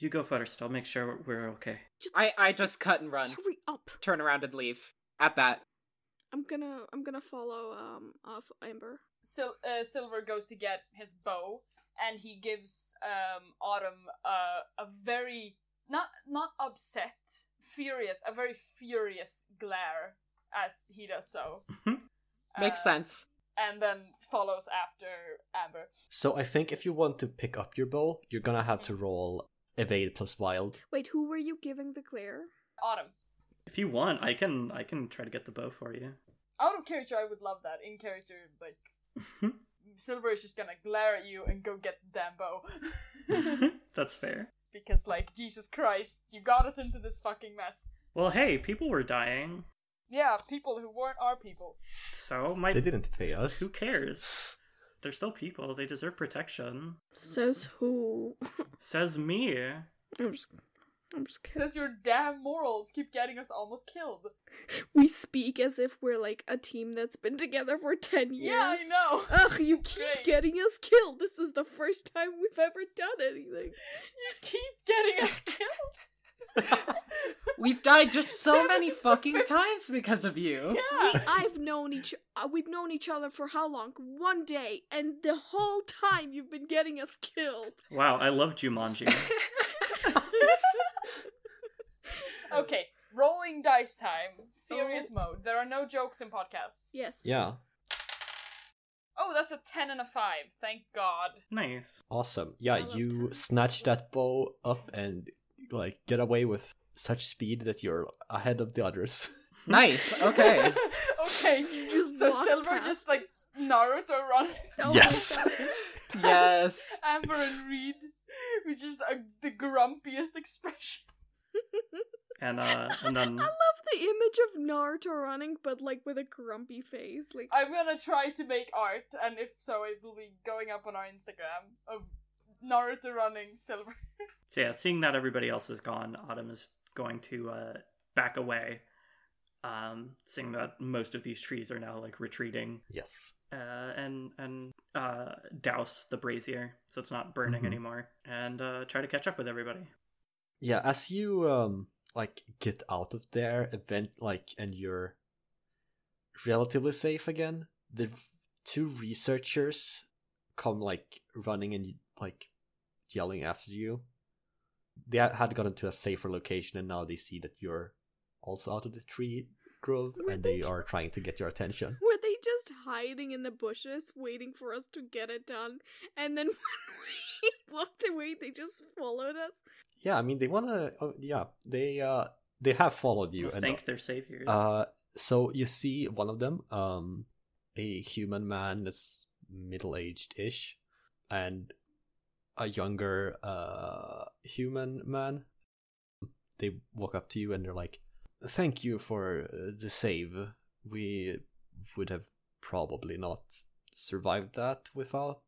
[SPEAKER 4] You go first. I'll make sure we're okay.
[SPEAKER 5] Just,
[SPEAKER 3] I, I just cut and run,
[SPEAKER 5] hurry up.
[SPEAKER 3] turn around and leave. At that,
[SPEAKER 5] I'm gonna I'm gonna follow um off Amber.
[SPEAKER 1] Sil- uh, Silver goes to get his bow, and he gives um, Autumn uh, a very not not upset, furious, a very furious glare as he does so.
[SPEAKER 3] makes
[SPEAKER 1] Uh,
[SPEAKER 3] sense.
[SPEAKER 1] And then follows after Amber.
[SPEAKER 2] So I think if you want to pick up your bow, you're gonna have to roll evade plus wild.
[SPEAKER 5] Wait, who were you giving the glare?
[SPEAKER 1] Autumn.
[SPEAKER 4] If you want, I can I can try to get the bow for you.
[SPEAKER 1] Out of character, I would love that. In character, like Silver is just gonna glare at you and go get the damn bow.
[SPEAKER 4] That's fair.
[SPEAKER 1] because like Jesus Christ, you got us into this fucking mess.
[SPEAKER 4] Well, hey, people were dying,
[SPEAKER 1] Yeah, people who weren't our people.
[SPEAKER 4] so my
[SPEAKER 2] They didn't pay us.
[SPEAKER 4] who cares? They're still people. They deserve protection.
[SPEAKER 5] Says who?
[SPEAKER 4] Says me.
[SPEAKER 5] I'm just I'm just kidding.
[SPEAKER 1] Says your damn morals keep getting us almost killed.
[SPEAKER 5] we speak as if we're like a team that's been together for ten years.
[SPEAKER 1] Yeah, I know.
[SPEAKER 5] Ugh, you keep
[SPEAKER 1] Great.
[SPEAKER 5] getting us killed. This is the first time we've ever done anything.
[SPEAKER 1] You keep getting us killed.
[SPEAKER 3] We've died just so
[SPEAKER 1] Seven
[SPEAKER 3] many
[SPEAKER 1] is a
[SPEAKER 3] fucking
[SPEAKER 1] fif-
[SPEAKER 3] times because of you.
[SPEAKER 1] Yeah.
[SPEAKER 5] I've known each uh, we've known each other for how long? One day, and the whole time you've been getting us killed.
[SPEAKER 4] Wow, I love Jumanji.
[SPEAKER 1] okay, rolling dice time. Serious mode. There are no jokes in podcasts.
[SPEAKER 5] yes.
[SPEAKER 2] Yeah,
[SPEAKER 1] Oh, that's a 10 and a 5. Thank God.
[SPEAKER 4] nice.
[SPEAKER 2] awesome. Yeah,
[SPEAKER 5] love
[SPEAKER 2] you
[SPEAKER 5] tennis.
[SPEAKER 2] snatch that bow up and like get away with such speed that you're ahead of the others.
[SPEAKER 3] nice. Okay.
[SPEAKER 1] okay.
[SPEAKER 5] You just
[SPEAKER 1] so
[SPEAKER 5] walk
[SPEAKER 1] Silver
[SPEAKER 5] past
[SPEAKER 1] just like Naruto runs.
[SPEAKER 5] Oh my
[SPEAKER 2] Yes.
[SPEAKER 5] God.
[SPEAKER 3] Yes.
[SPEAKER 1] Amber and Reed, which is uh, the grumpiest expression.
[SPEAKER 4] And uh, and
[SPEAKER 5] I
[SPEAKER 2] Um,
[SPEAKER 4] then
[SPEAKER 5] love the image of Naruto running, but like with a grumpy face. Like
[SPEAKER 1] I'm gonna try to make art, and if so, it will be going up on our Instagram of Naruto running silver.
[SPEAKER 4] So yeah, seeing that everybody else is gone, Autumn is going to uh, back away. Um, seeing that most of these trees are now like retreating,
[SPEAKER 2] yes.
[SPEAKER 4] uh, and and uh, douse the brazier so it's not burning
[SPEAKER 2] Mhm.
[SPEAKER 4] anymore, and uh, try to catch up with everybody.
[SPEAKER 2] Yeah, as you um like get out of there, event like and you're relatively safe again. The f- two researchers come like running and like yelling after you. They ha- had gotten to a safer location and now they see that you're also out of the tree grove
[SPEAKER 5] Were
[SPEAKER 2] and
[SPEAKER 5] they
[SPEAKER 2] they are
[SPEAKER 5] just-
[SPEAKER 2] trying to get your attention.
[SPEAKER 5] were they just hiding in the bushes waiting for us to get it done? And then when we walked away, they just followed us.
[SPEAKER 2] Yeah, I mean they want to oh, yeah, they uh they have followed you
[SPEAKER 4] You
[SPEAKER 2] and
[SPEAKER 4] thank their saviors.
[SPEAKER 2] Uh, so you see one of them, um, a human man that's middle aged ish, and a younger uh human man. They walk up to you and they're like, "Thank you for uh, the save. We would have probably not survived that without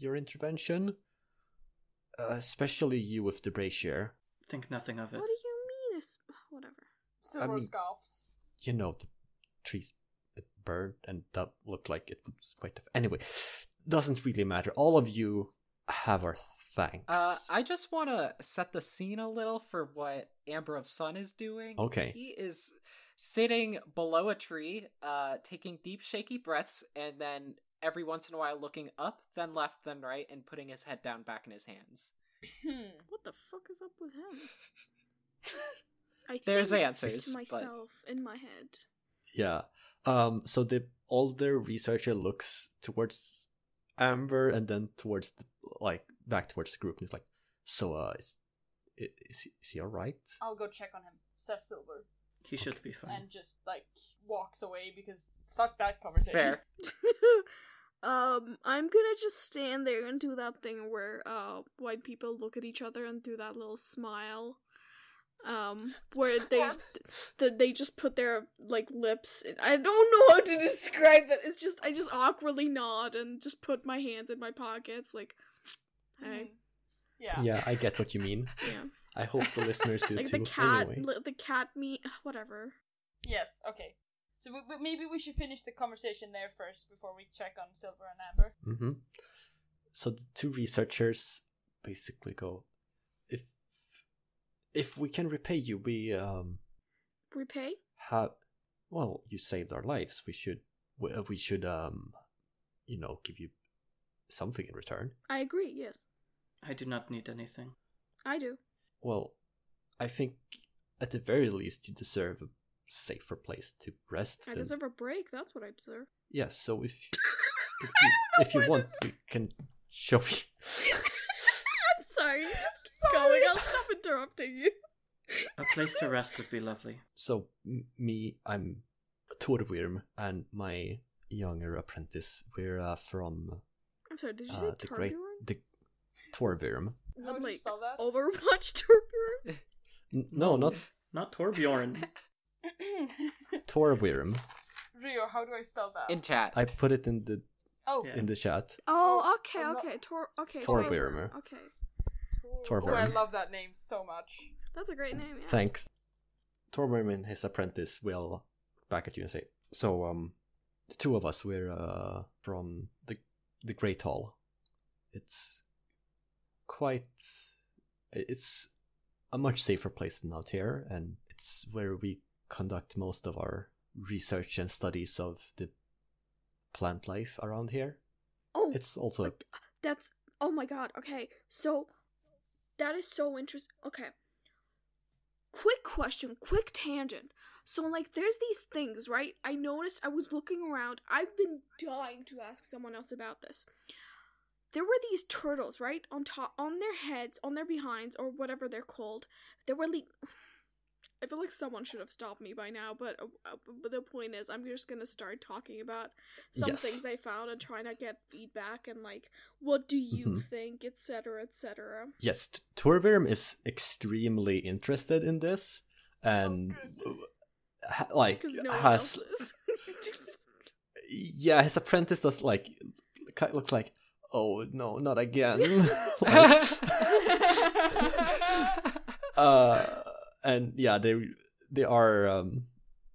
[SPEAKER 2] your intervention." Uh, especially you with the brazier.
[SPEAKER 4] think nothing
[SPEAKER 2] Uh,
[SPEAKER 4] of it.
[SPEAKER 5] What do you mean? It's whatever.
[SPEAKER 1] Silver
[SPEAKER 2] mean-
[SPEAKER 1] scoffs.
[SPEAKER 2] you know the trees burned and that looked like it was quite anyway doesn't really matter all of you have our thanks
[SPEAKER 3] Uh, I just want to set the scene a little for what Amber of Sun is doing.
[SPEAKER 2] Okay.
[SPEAKER 3] He is sitting below a tree, uh, taking deep, shaky breaths, and then every once in a while looking up, then left, then right, and putting his head down back in his hands.
[SPEAKER 1] Hmm.
[SPEAKER 5] What the fuck is up with him? I
[SPEAKER 3] There's
[SPEAKER 5] think
[SPEAKER 3] answers,
[SPEAKER 5] to
[SPEAKER 3] but-
[SPEAKER 5] myself in my head.
[SPEAKER 2] yeah um so the older researcher looks towards amber and then towards the, like back towards the group and he's like so uh is, is, he- is he all right
[SPEAKER 1] I'll go check on him, says Silver,
[SPEAKER 4] He should be fine.
[SPEAKER 1] and just like walks away because fuck that conversation.
[SPEAKER 3] Fair.
[SPEAKER 5] um, I'm gonna just stand there and do that thing where uh white people look at each other and do that little smile. Um, where they
[SPEAKER 1] Yes.
[SPEAKER 5] th- they just put their like lips. In- I don't know how to describe it. It's just I just awkwardly nod and just put my hands in my pockets like, hey,
[SPEAKER 1] Mhm. Yeah.
[SPEAKER 2] Yeah, I get what you mean.
[SPEAKER 3] Mm-hmm.
[SPEAKER 5] Yeah.
[SPEAKER 2] I hope the listeners do
[SPEAKER 5] like
[SPEAKER 2] too.
[SPEAKER 5] the cat,
[SPEAKER 2] anyway.
[SPEAKER 5] li- the cat me, whatever.
[SPEAKER 1] Yes. Okay. So we, we, maybe we should finish the conversation there first before we check on Silver and Amber.
[SPEAKER 2] hmm So the two researchers basically go, if if we can repay you, we um
[SPEAKER 5] Repay.
[SPEAKER 2] have well, you saved our lives. We should we, uh, we should um you know give you something in return.
[SPEAKER 5] I agree. Yes,
[SPEAKER 4] I do not need anything.
[SPEAKER 5] I do.
[SPEAKER 2] Well, I think at the very least you deserve a safer place to rest.
[SPEAKER 5] I
[SPEAKER 2] than-
[SPEAKER 5] deserve a break. That's what I deserve.
[SPEAKER 2] Yes, so if if
[SPEAKER 5] I
[SPEAKER 2] you,
[SPEAKER 5] don't
[SPEAKER 2] if you
[SPEAKER 5] know where
[SPEAKER 2] want,
[SPEAKER 5] this
[SPEAKER 2] we can show you.
[SPEAKER 5] I'm sorry. Just keep going. I'll stop interrupting you.
[SPEAKER 4] A place to rest would be lovely.
[SPEAKER 2] So m- me, I'm Torvirm, and my younger apprentice. We're uh, from
[SPEAKER 5] I'm sorry. Did you say
[SPEAKER 2] uh, the great
[SPEAKER 5] Tarburon?
[SPEAKER 2] the Torvirm.
[SPEAKER 1] How
[SPEAKER 5] Not
[SPEAKER 1] would you
[SPEAKER 5] like oh.
[SPEAKER 1] spell that?
[SPEAKER 5] Overwatch Tarburon.
[SPEAKER 2] N- no, not
[SPEAKER 4] Not Torbjorn.
[SPEAKER 2] Torvirm.
[SPEAKER 1] Rio, how do I spell that?
[SPEAKER 6] In chat.
[SPEAKER 2] I put it in the
[SPEAKER 1] oh,
[SPEAKER 4] Yeah.
[SPEAKER 2] in the chat.
[SPEAKER 5] Oh,
[SPEAKER 1] Oh,
[SPEAKER 5] okay,
[SPEAKER 1] I'm not-
[SPEAKER 5] okay. Tor, okay.
[SPEAKER 2] Torburon.
[SPEAKER 5] Torburon. Okay,
[SPEAKER 1] oh, I
[SPEAKER 2] Torburn.
[SPEAKER 1] love that name so much.
[SPEAKER 5] that's a great name. Yeah.
[SPEAKER 2] Thanks. Torvirm and his apprentice will back at you and say, "So, um, the two of us, we're uh, from the the Great Hall. It's quite. It's a much safer place than out here, and it's where we conduct most of our research and studies of the plant life around here.
[SPEAKER 5] Oh,
[SPEAKER 2] It's also
[SPEAKER 5] Like, that's oh my god. Okay, so that is so interesting. Okay, quick question, quick tangent. So like, there's these things, right? I noticed. I was looking around. I've been dying to ask someone else about this. There were these turtles, right, on top, on their heads, on their behinds, or whatever they're called. There were like, I feel like someone should have stopped me by now, but uh, uh, but the point is, I'm just gonna start talking about some
[SPEAKER 2] Yes.
[SPEAKER 5] things I found and trying to get feedback and like, what do you
[SPEAKER 2] Mhm.
[SPEAKER 5] think, etc., etc.
[SPEAKER 2] Yes, T- Torvirm is extremely interested in this and ha- like
[SPEAKER 5] Oh, Because no one
[SPEAKER 2] has
[SPEAKER 5] else is.
[SPEAKER 2] yeah, his apprentice does like ki- looks like oh no, not again. Like, uh and yeah, they they are um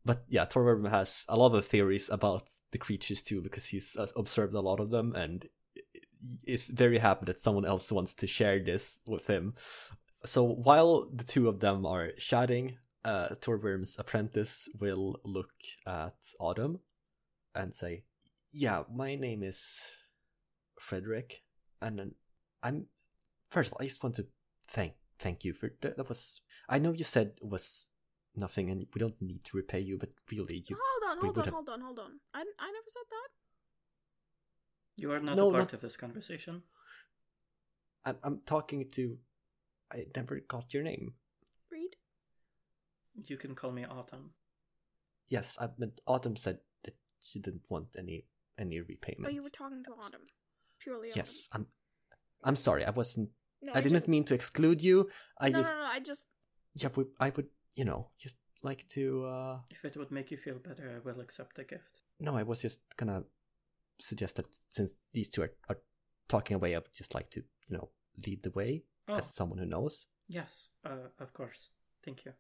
[SPEAKER 2] but yeah, Torvirm has a lot of theories about the creatures too because he's uh, observed a lot of them and is very happy that someone else wants to share this with him. So while the two of them are chatting, uh, Torworm's apprentice will look at Autumn and say, "Yeah, my name is Frederick, and then I'm. First of all, I just want to thank thank you for that. that was. I know you said it was nothing, and we don't need to repay you, but really, you
[SPEAKER 5] hold on,
[SPEAKER 2] we
[SPEAKER 5] hold
[SPEAKER 2] would
[SPEAKER 5] on,
[SPEAKER 2] have-
[SPEAKER 5] hold on, hold on. I, I never said that.
[SPEAKER 4] You are not
[SPEAKER 2] No,
[SPEAKER 4] a part
[SPEAKER 2] not-
[SPEAKER 4] of this conversation.
[SPEAKER 2] I'm, I'm talking to. I never got your name.
[SPEAKER 5] Read.
[SPEAKER 4] You can call me Autumn.
[SPEAKER 2] Yes, I meant Autumn said that she didn't want any any repayment.
[SPEAKER 5] Oh, you were talking to Autumn. Purely Autumn.
[SPEAKER 2] yes, I'm. I'm sorry. I wasn't.
[SPEAKER 5] No,
[SPEAKER 2] I didn't
[SPEAKER 5] just-
[SPEAKER 2] mean to exclude you. I
[SPEAKER 5] no,
[SPEAKER 2] just.
[SPEAKER 5] no, no, I just.
[SPEAKER 2] Yeah, we, I would. You know, just like to. uh
[SPEAKER 4] If it would make you feel better, I will accept the gift.
[SPEAKER 2] No, I was just gonna suggest that since these two are, are talking away, I would just like to, you know, lead the way
[SPEAKER 4] Oh,
[SPEAKER 2] as someone who knows.
[SPEAKER 4] yes, uh, of course. Thank you.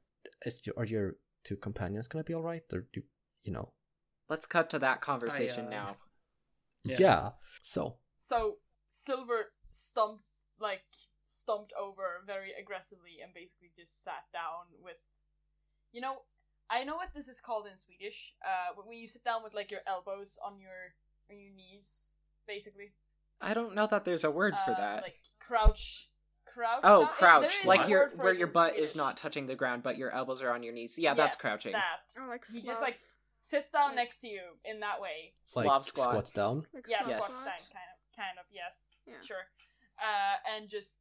[SPEAKER 2] Is your, are your two companions gonna be all right, or do you know?
[SPEAKER 6] Let's cut to that conversation
[SPEAKER 4] uh,
[SPEAKER 6] now.
[SPEAKER 4] Yeah.
[SPEAKER 2] yeah. So
[SPEAKER 1] so Silver stumped, like stumped over very aggressively and basically just sat down with, you know, I know what this is called in Swedish. Uh, when- when you sit down with like your elbows on your on your knees, basically.
[SPEAKER 6] I don't know that there's a word for
[SPEAKER 1] Uh,
[SPEAKER 6] that.
[SPEAKER 1] Like crouch, crouch.
[SPEAKER 6] oh,
[SPEAKER 1] down- there
[SPEAKER 6] crouch.
[SPEAKER 1] is
[SPEAKER 6] Like
[SPEAKER 4] a
[SPEAKER 6] your
[SPEAKER 1] word for
[SPEAKER 6] where
[SPEAKER 1] it
[SPEAKER 6] your
[SPEAKER 1] in
[SPEAKER 6] butt
[SPEAKER 1] Swedish.
[SPEAKER 6] is not touching the ground, but your elbows are on your knees. Yeah, that's
[SPEAKER 1] Yes,
[SPEAKER 6] crouching.
[SPEAKER 1] That
[SPEAKER 5] Or like
[SPEAKER 1] he just like
[SPEAKER 5] sloth.
[SPEAKER 1] sits down next to you in that way.
[SPEAKER 2] like
[SPEAKER 6] Slav squat.
[SPEAKER 2] squat down.
[SPEAKER 5] Like
[SPEAKER 1] Yes,
[SPEAKER 5] sloth
[SPEAKER 6] Yes.
[SPEAKER 1] yes.
[SPEAKER 5] squat.
[SPEAKER 1] kind of, kind of, yes,
[SPEAKER 5] Yeah.
[SPEAKER 1] sure. Uh, and just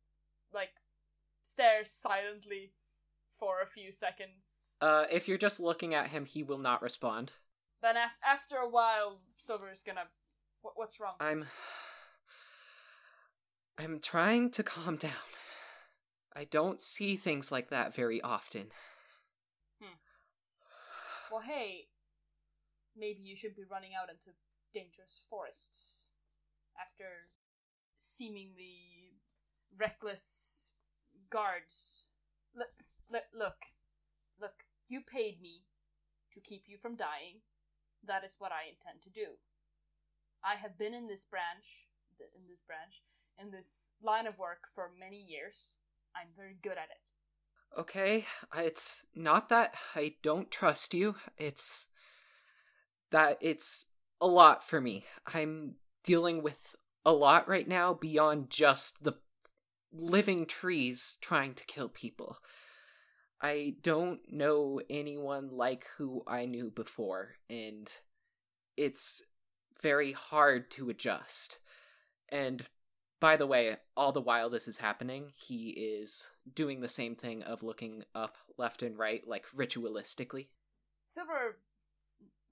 [SPEAKER 1] like stares silently for a few seconds.
[SPEAKER 6] Uh, if you're just looking at him, he will not respond.
[SPEAKER 1] then af- after a while, Silver's gonna. What- what's wrong?
[SPEAKER 6] I'm. I'm trying to calm down. I don't see things like that very often.
[SPEAKER 1] well, hey, maybe you should be running out into dangerous forests after seemingly reckless guards. Look, look, look, look. You paid me to keep you from dying. That is what I intend to do. I have been in this branch, th- in this branch, in this line of work for many years. I'm very good at it.
[SPEAKER 3] Okay, I- it's not that I don't trust you. It's that it's a lot for me. I'm dealing with a lot right now beyond just the living trees trying to kill people. I don't know anyone like who I knew before, and it's very hard to adjust. And by the way, all the while this is happening, he is doing the same thing of looking up left and right, like ritualistically.
[SPEAKER 1] Silver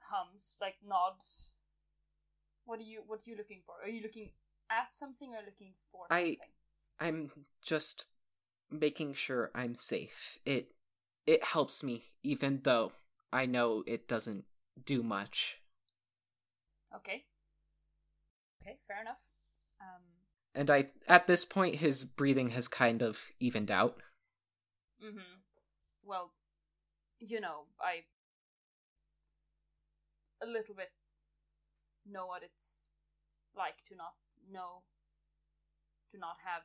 [SPEAKER 1] hums, like nods. What are you what are you looking for? Are you looking at something or looking for
[SPEAKER 3] I-
[SPEAKER 1] something?
[SPEAKER 3] I'm just making sure I'm safe. It it helps me, even though I know it doesn't do much.
[SPEAKER 1] Okay. Okay, fair enough. Um
[SPEAKER 3] And I at this point his breathing has kind of evened out.
[SPEAKER 1] mhm. Well, you know, I a little bit know what it's like to not know to not have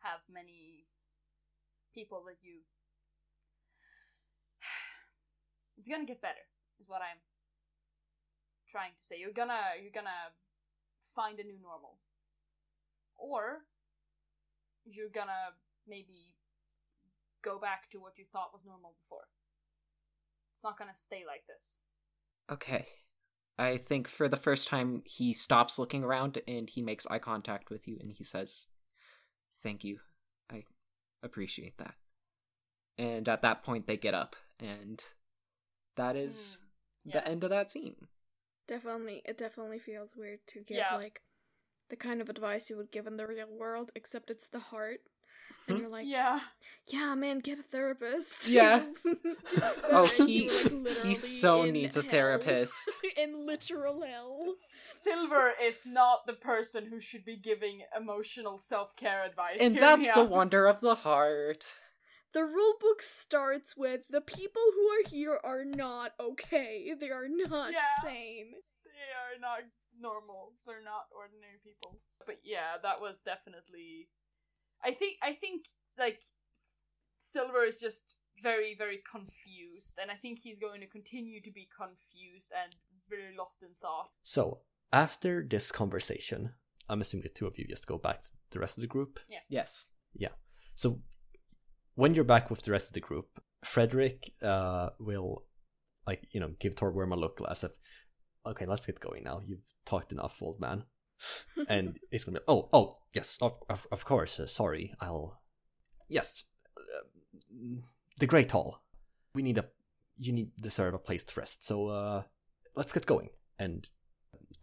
[SPEAKER 1] have many people that you it's gonna get better is what i'm trying to say you're gonna you're gonna find a new normal or you're gonna maybe go back to what you thought was normal before it's not gonna stay like this
[SPEAKER 3] Okay. I think for the first time he stops looking around and he makes eye contact with you and he says, "Thank you. I appreciate that." And at that point they get up and that is
[SPEAKER 1] Mm,
[SPEAKER 3] the end of that scene.
[SPEAKER 5] Definitely, it definitely feels weird to give
[SPEAKER 1] Yeah.
[SPEAKER 5] like the kind of advice you would give in the real world, except it's the heart, and
[SPEAKER 2] Mhm.
[SPEAKER 5] you're like,
[SPEAKER 1] yeah
[SPEAKER 5] yeah, man, get a therapist.
[SPEAKER 3] Yeah.
[SPEAKER 5] oh,
[SPEAKER 3] Oh, he he so needs a therapist.
[SPEAKER 5] in literal hell.
[SPEAKER 1] Silver is not the person who should be giving emotional self care advice.
[SPEAKER 3] And
[SPEAKER 1] Hear
[SPEAKER 3] that's
[SPEAKER 1] me
[SPEAKER 3] the
[SPEAKER 1] out.
[SPEAKER 3] wonder of the heart.
[SPEAKER 5] The rule book starts with the people who are here are not okay. They are not
[SPEAKER 1] Yeah.
[SPEAKER 5] sane.
[SPEAKER 1] They are not normal. They're not ordinary people. But yeah, that was definitely. I think I think like S- Silver is just very very confused, and I think he's going to continue to be confused and very lost in thought.
[SPEAKER 2] So, after this conversation, I'm assuming the two of you just go back to the rest of the group.
[SPEAKER 3] Yes.
[SPEAKER 2] So, when you're back with the rest of the group, Frederick uh, will, like, you know, give Torworm a look as if, okay, let's get going now. You've talked enough, old man. and it's gonna be oh oh yes of of, of course uh, sorry I'll yes uh, the Great Hall we need a you need deserve a place to rest so uh let's get going and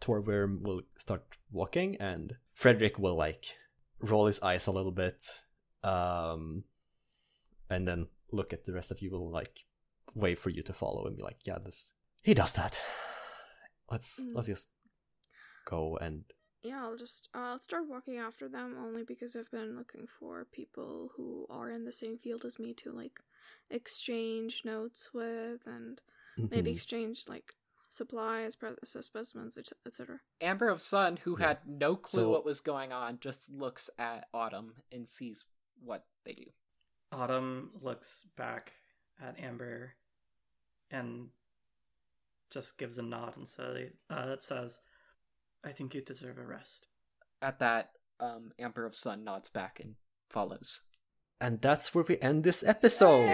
[SPEAKER 2] Torworm will start walking and Frederick will like roll his eyes a little bit um and then look at the rest of you will like wait for you to follow and be like yeah this he does that let's let's just go and
[SPEAKER 5] yeah, I'll just I'll start walking after them only because I've been looking for people who are in the same field as me to like exchange notes with and maybe
[SPEAKER 2] Mhm.
[SPEAKER 5] exchange like supplies, pre- so specimens, etc.
[SPEAKER 3] Amber of Sun, who
[SPEAKER 2] Yeah.
[SPEAKER 3] had no clue
[SPEAKER 2] So-
[SPEAKER 3] what was going on, just looks at Autumn and sees what they do.
[SPEAKER 4] Autumn looks back at Amber and just gives a nod and say, uh, says, I think you deserve a rest.
[SPEAKER 3] At that, um, Amber of Sun nods back and follows.
[SPEAKER 2] and that's where we end this episode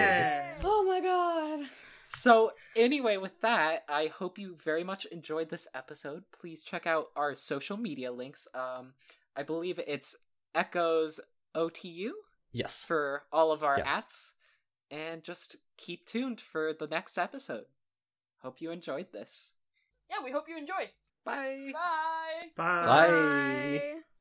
[SPEAKER 5] Oh my god!
[SPEAKER 3] So, anyway, with that, I hope you very much enjoyed this episode. Please check out our social media links. Um, I believe it's Echoes OTU
[SPEAKER 2] yes
[SPEAKER 3] for all of our
[SPEAKER 2] Yeah.
[SPEAKER 3] ats. And just keep tuned for the next episode. Hope you enjoyed this.
[SPEAKER 1] Yeah, we hope you enjoy.
[SPEAKER 3] Bye.
[SPEAKER 1] Bye.
[SPEAKER 4] Bye.
[SPEAKER 2] Bye.
[SPEAKER 5] Bye.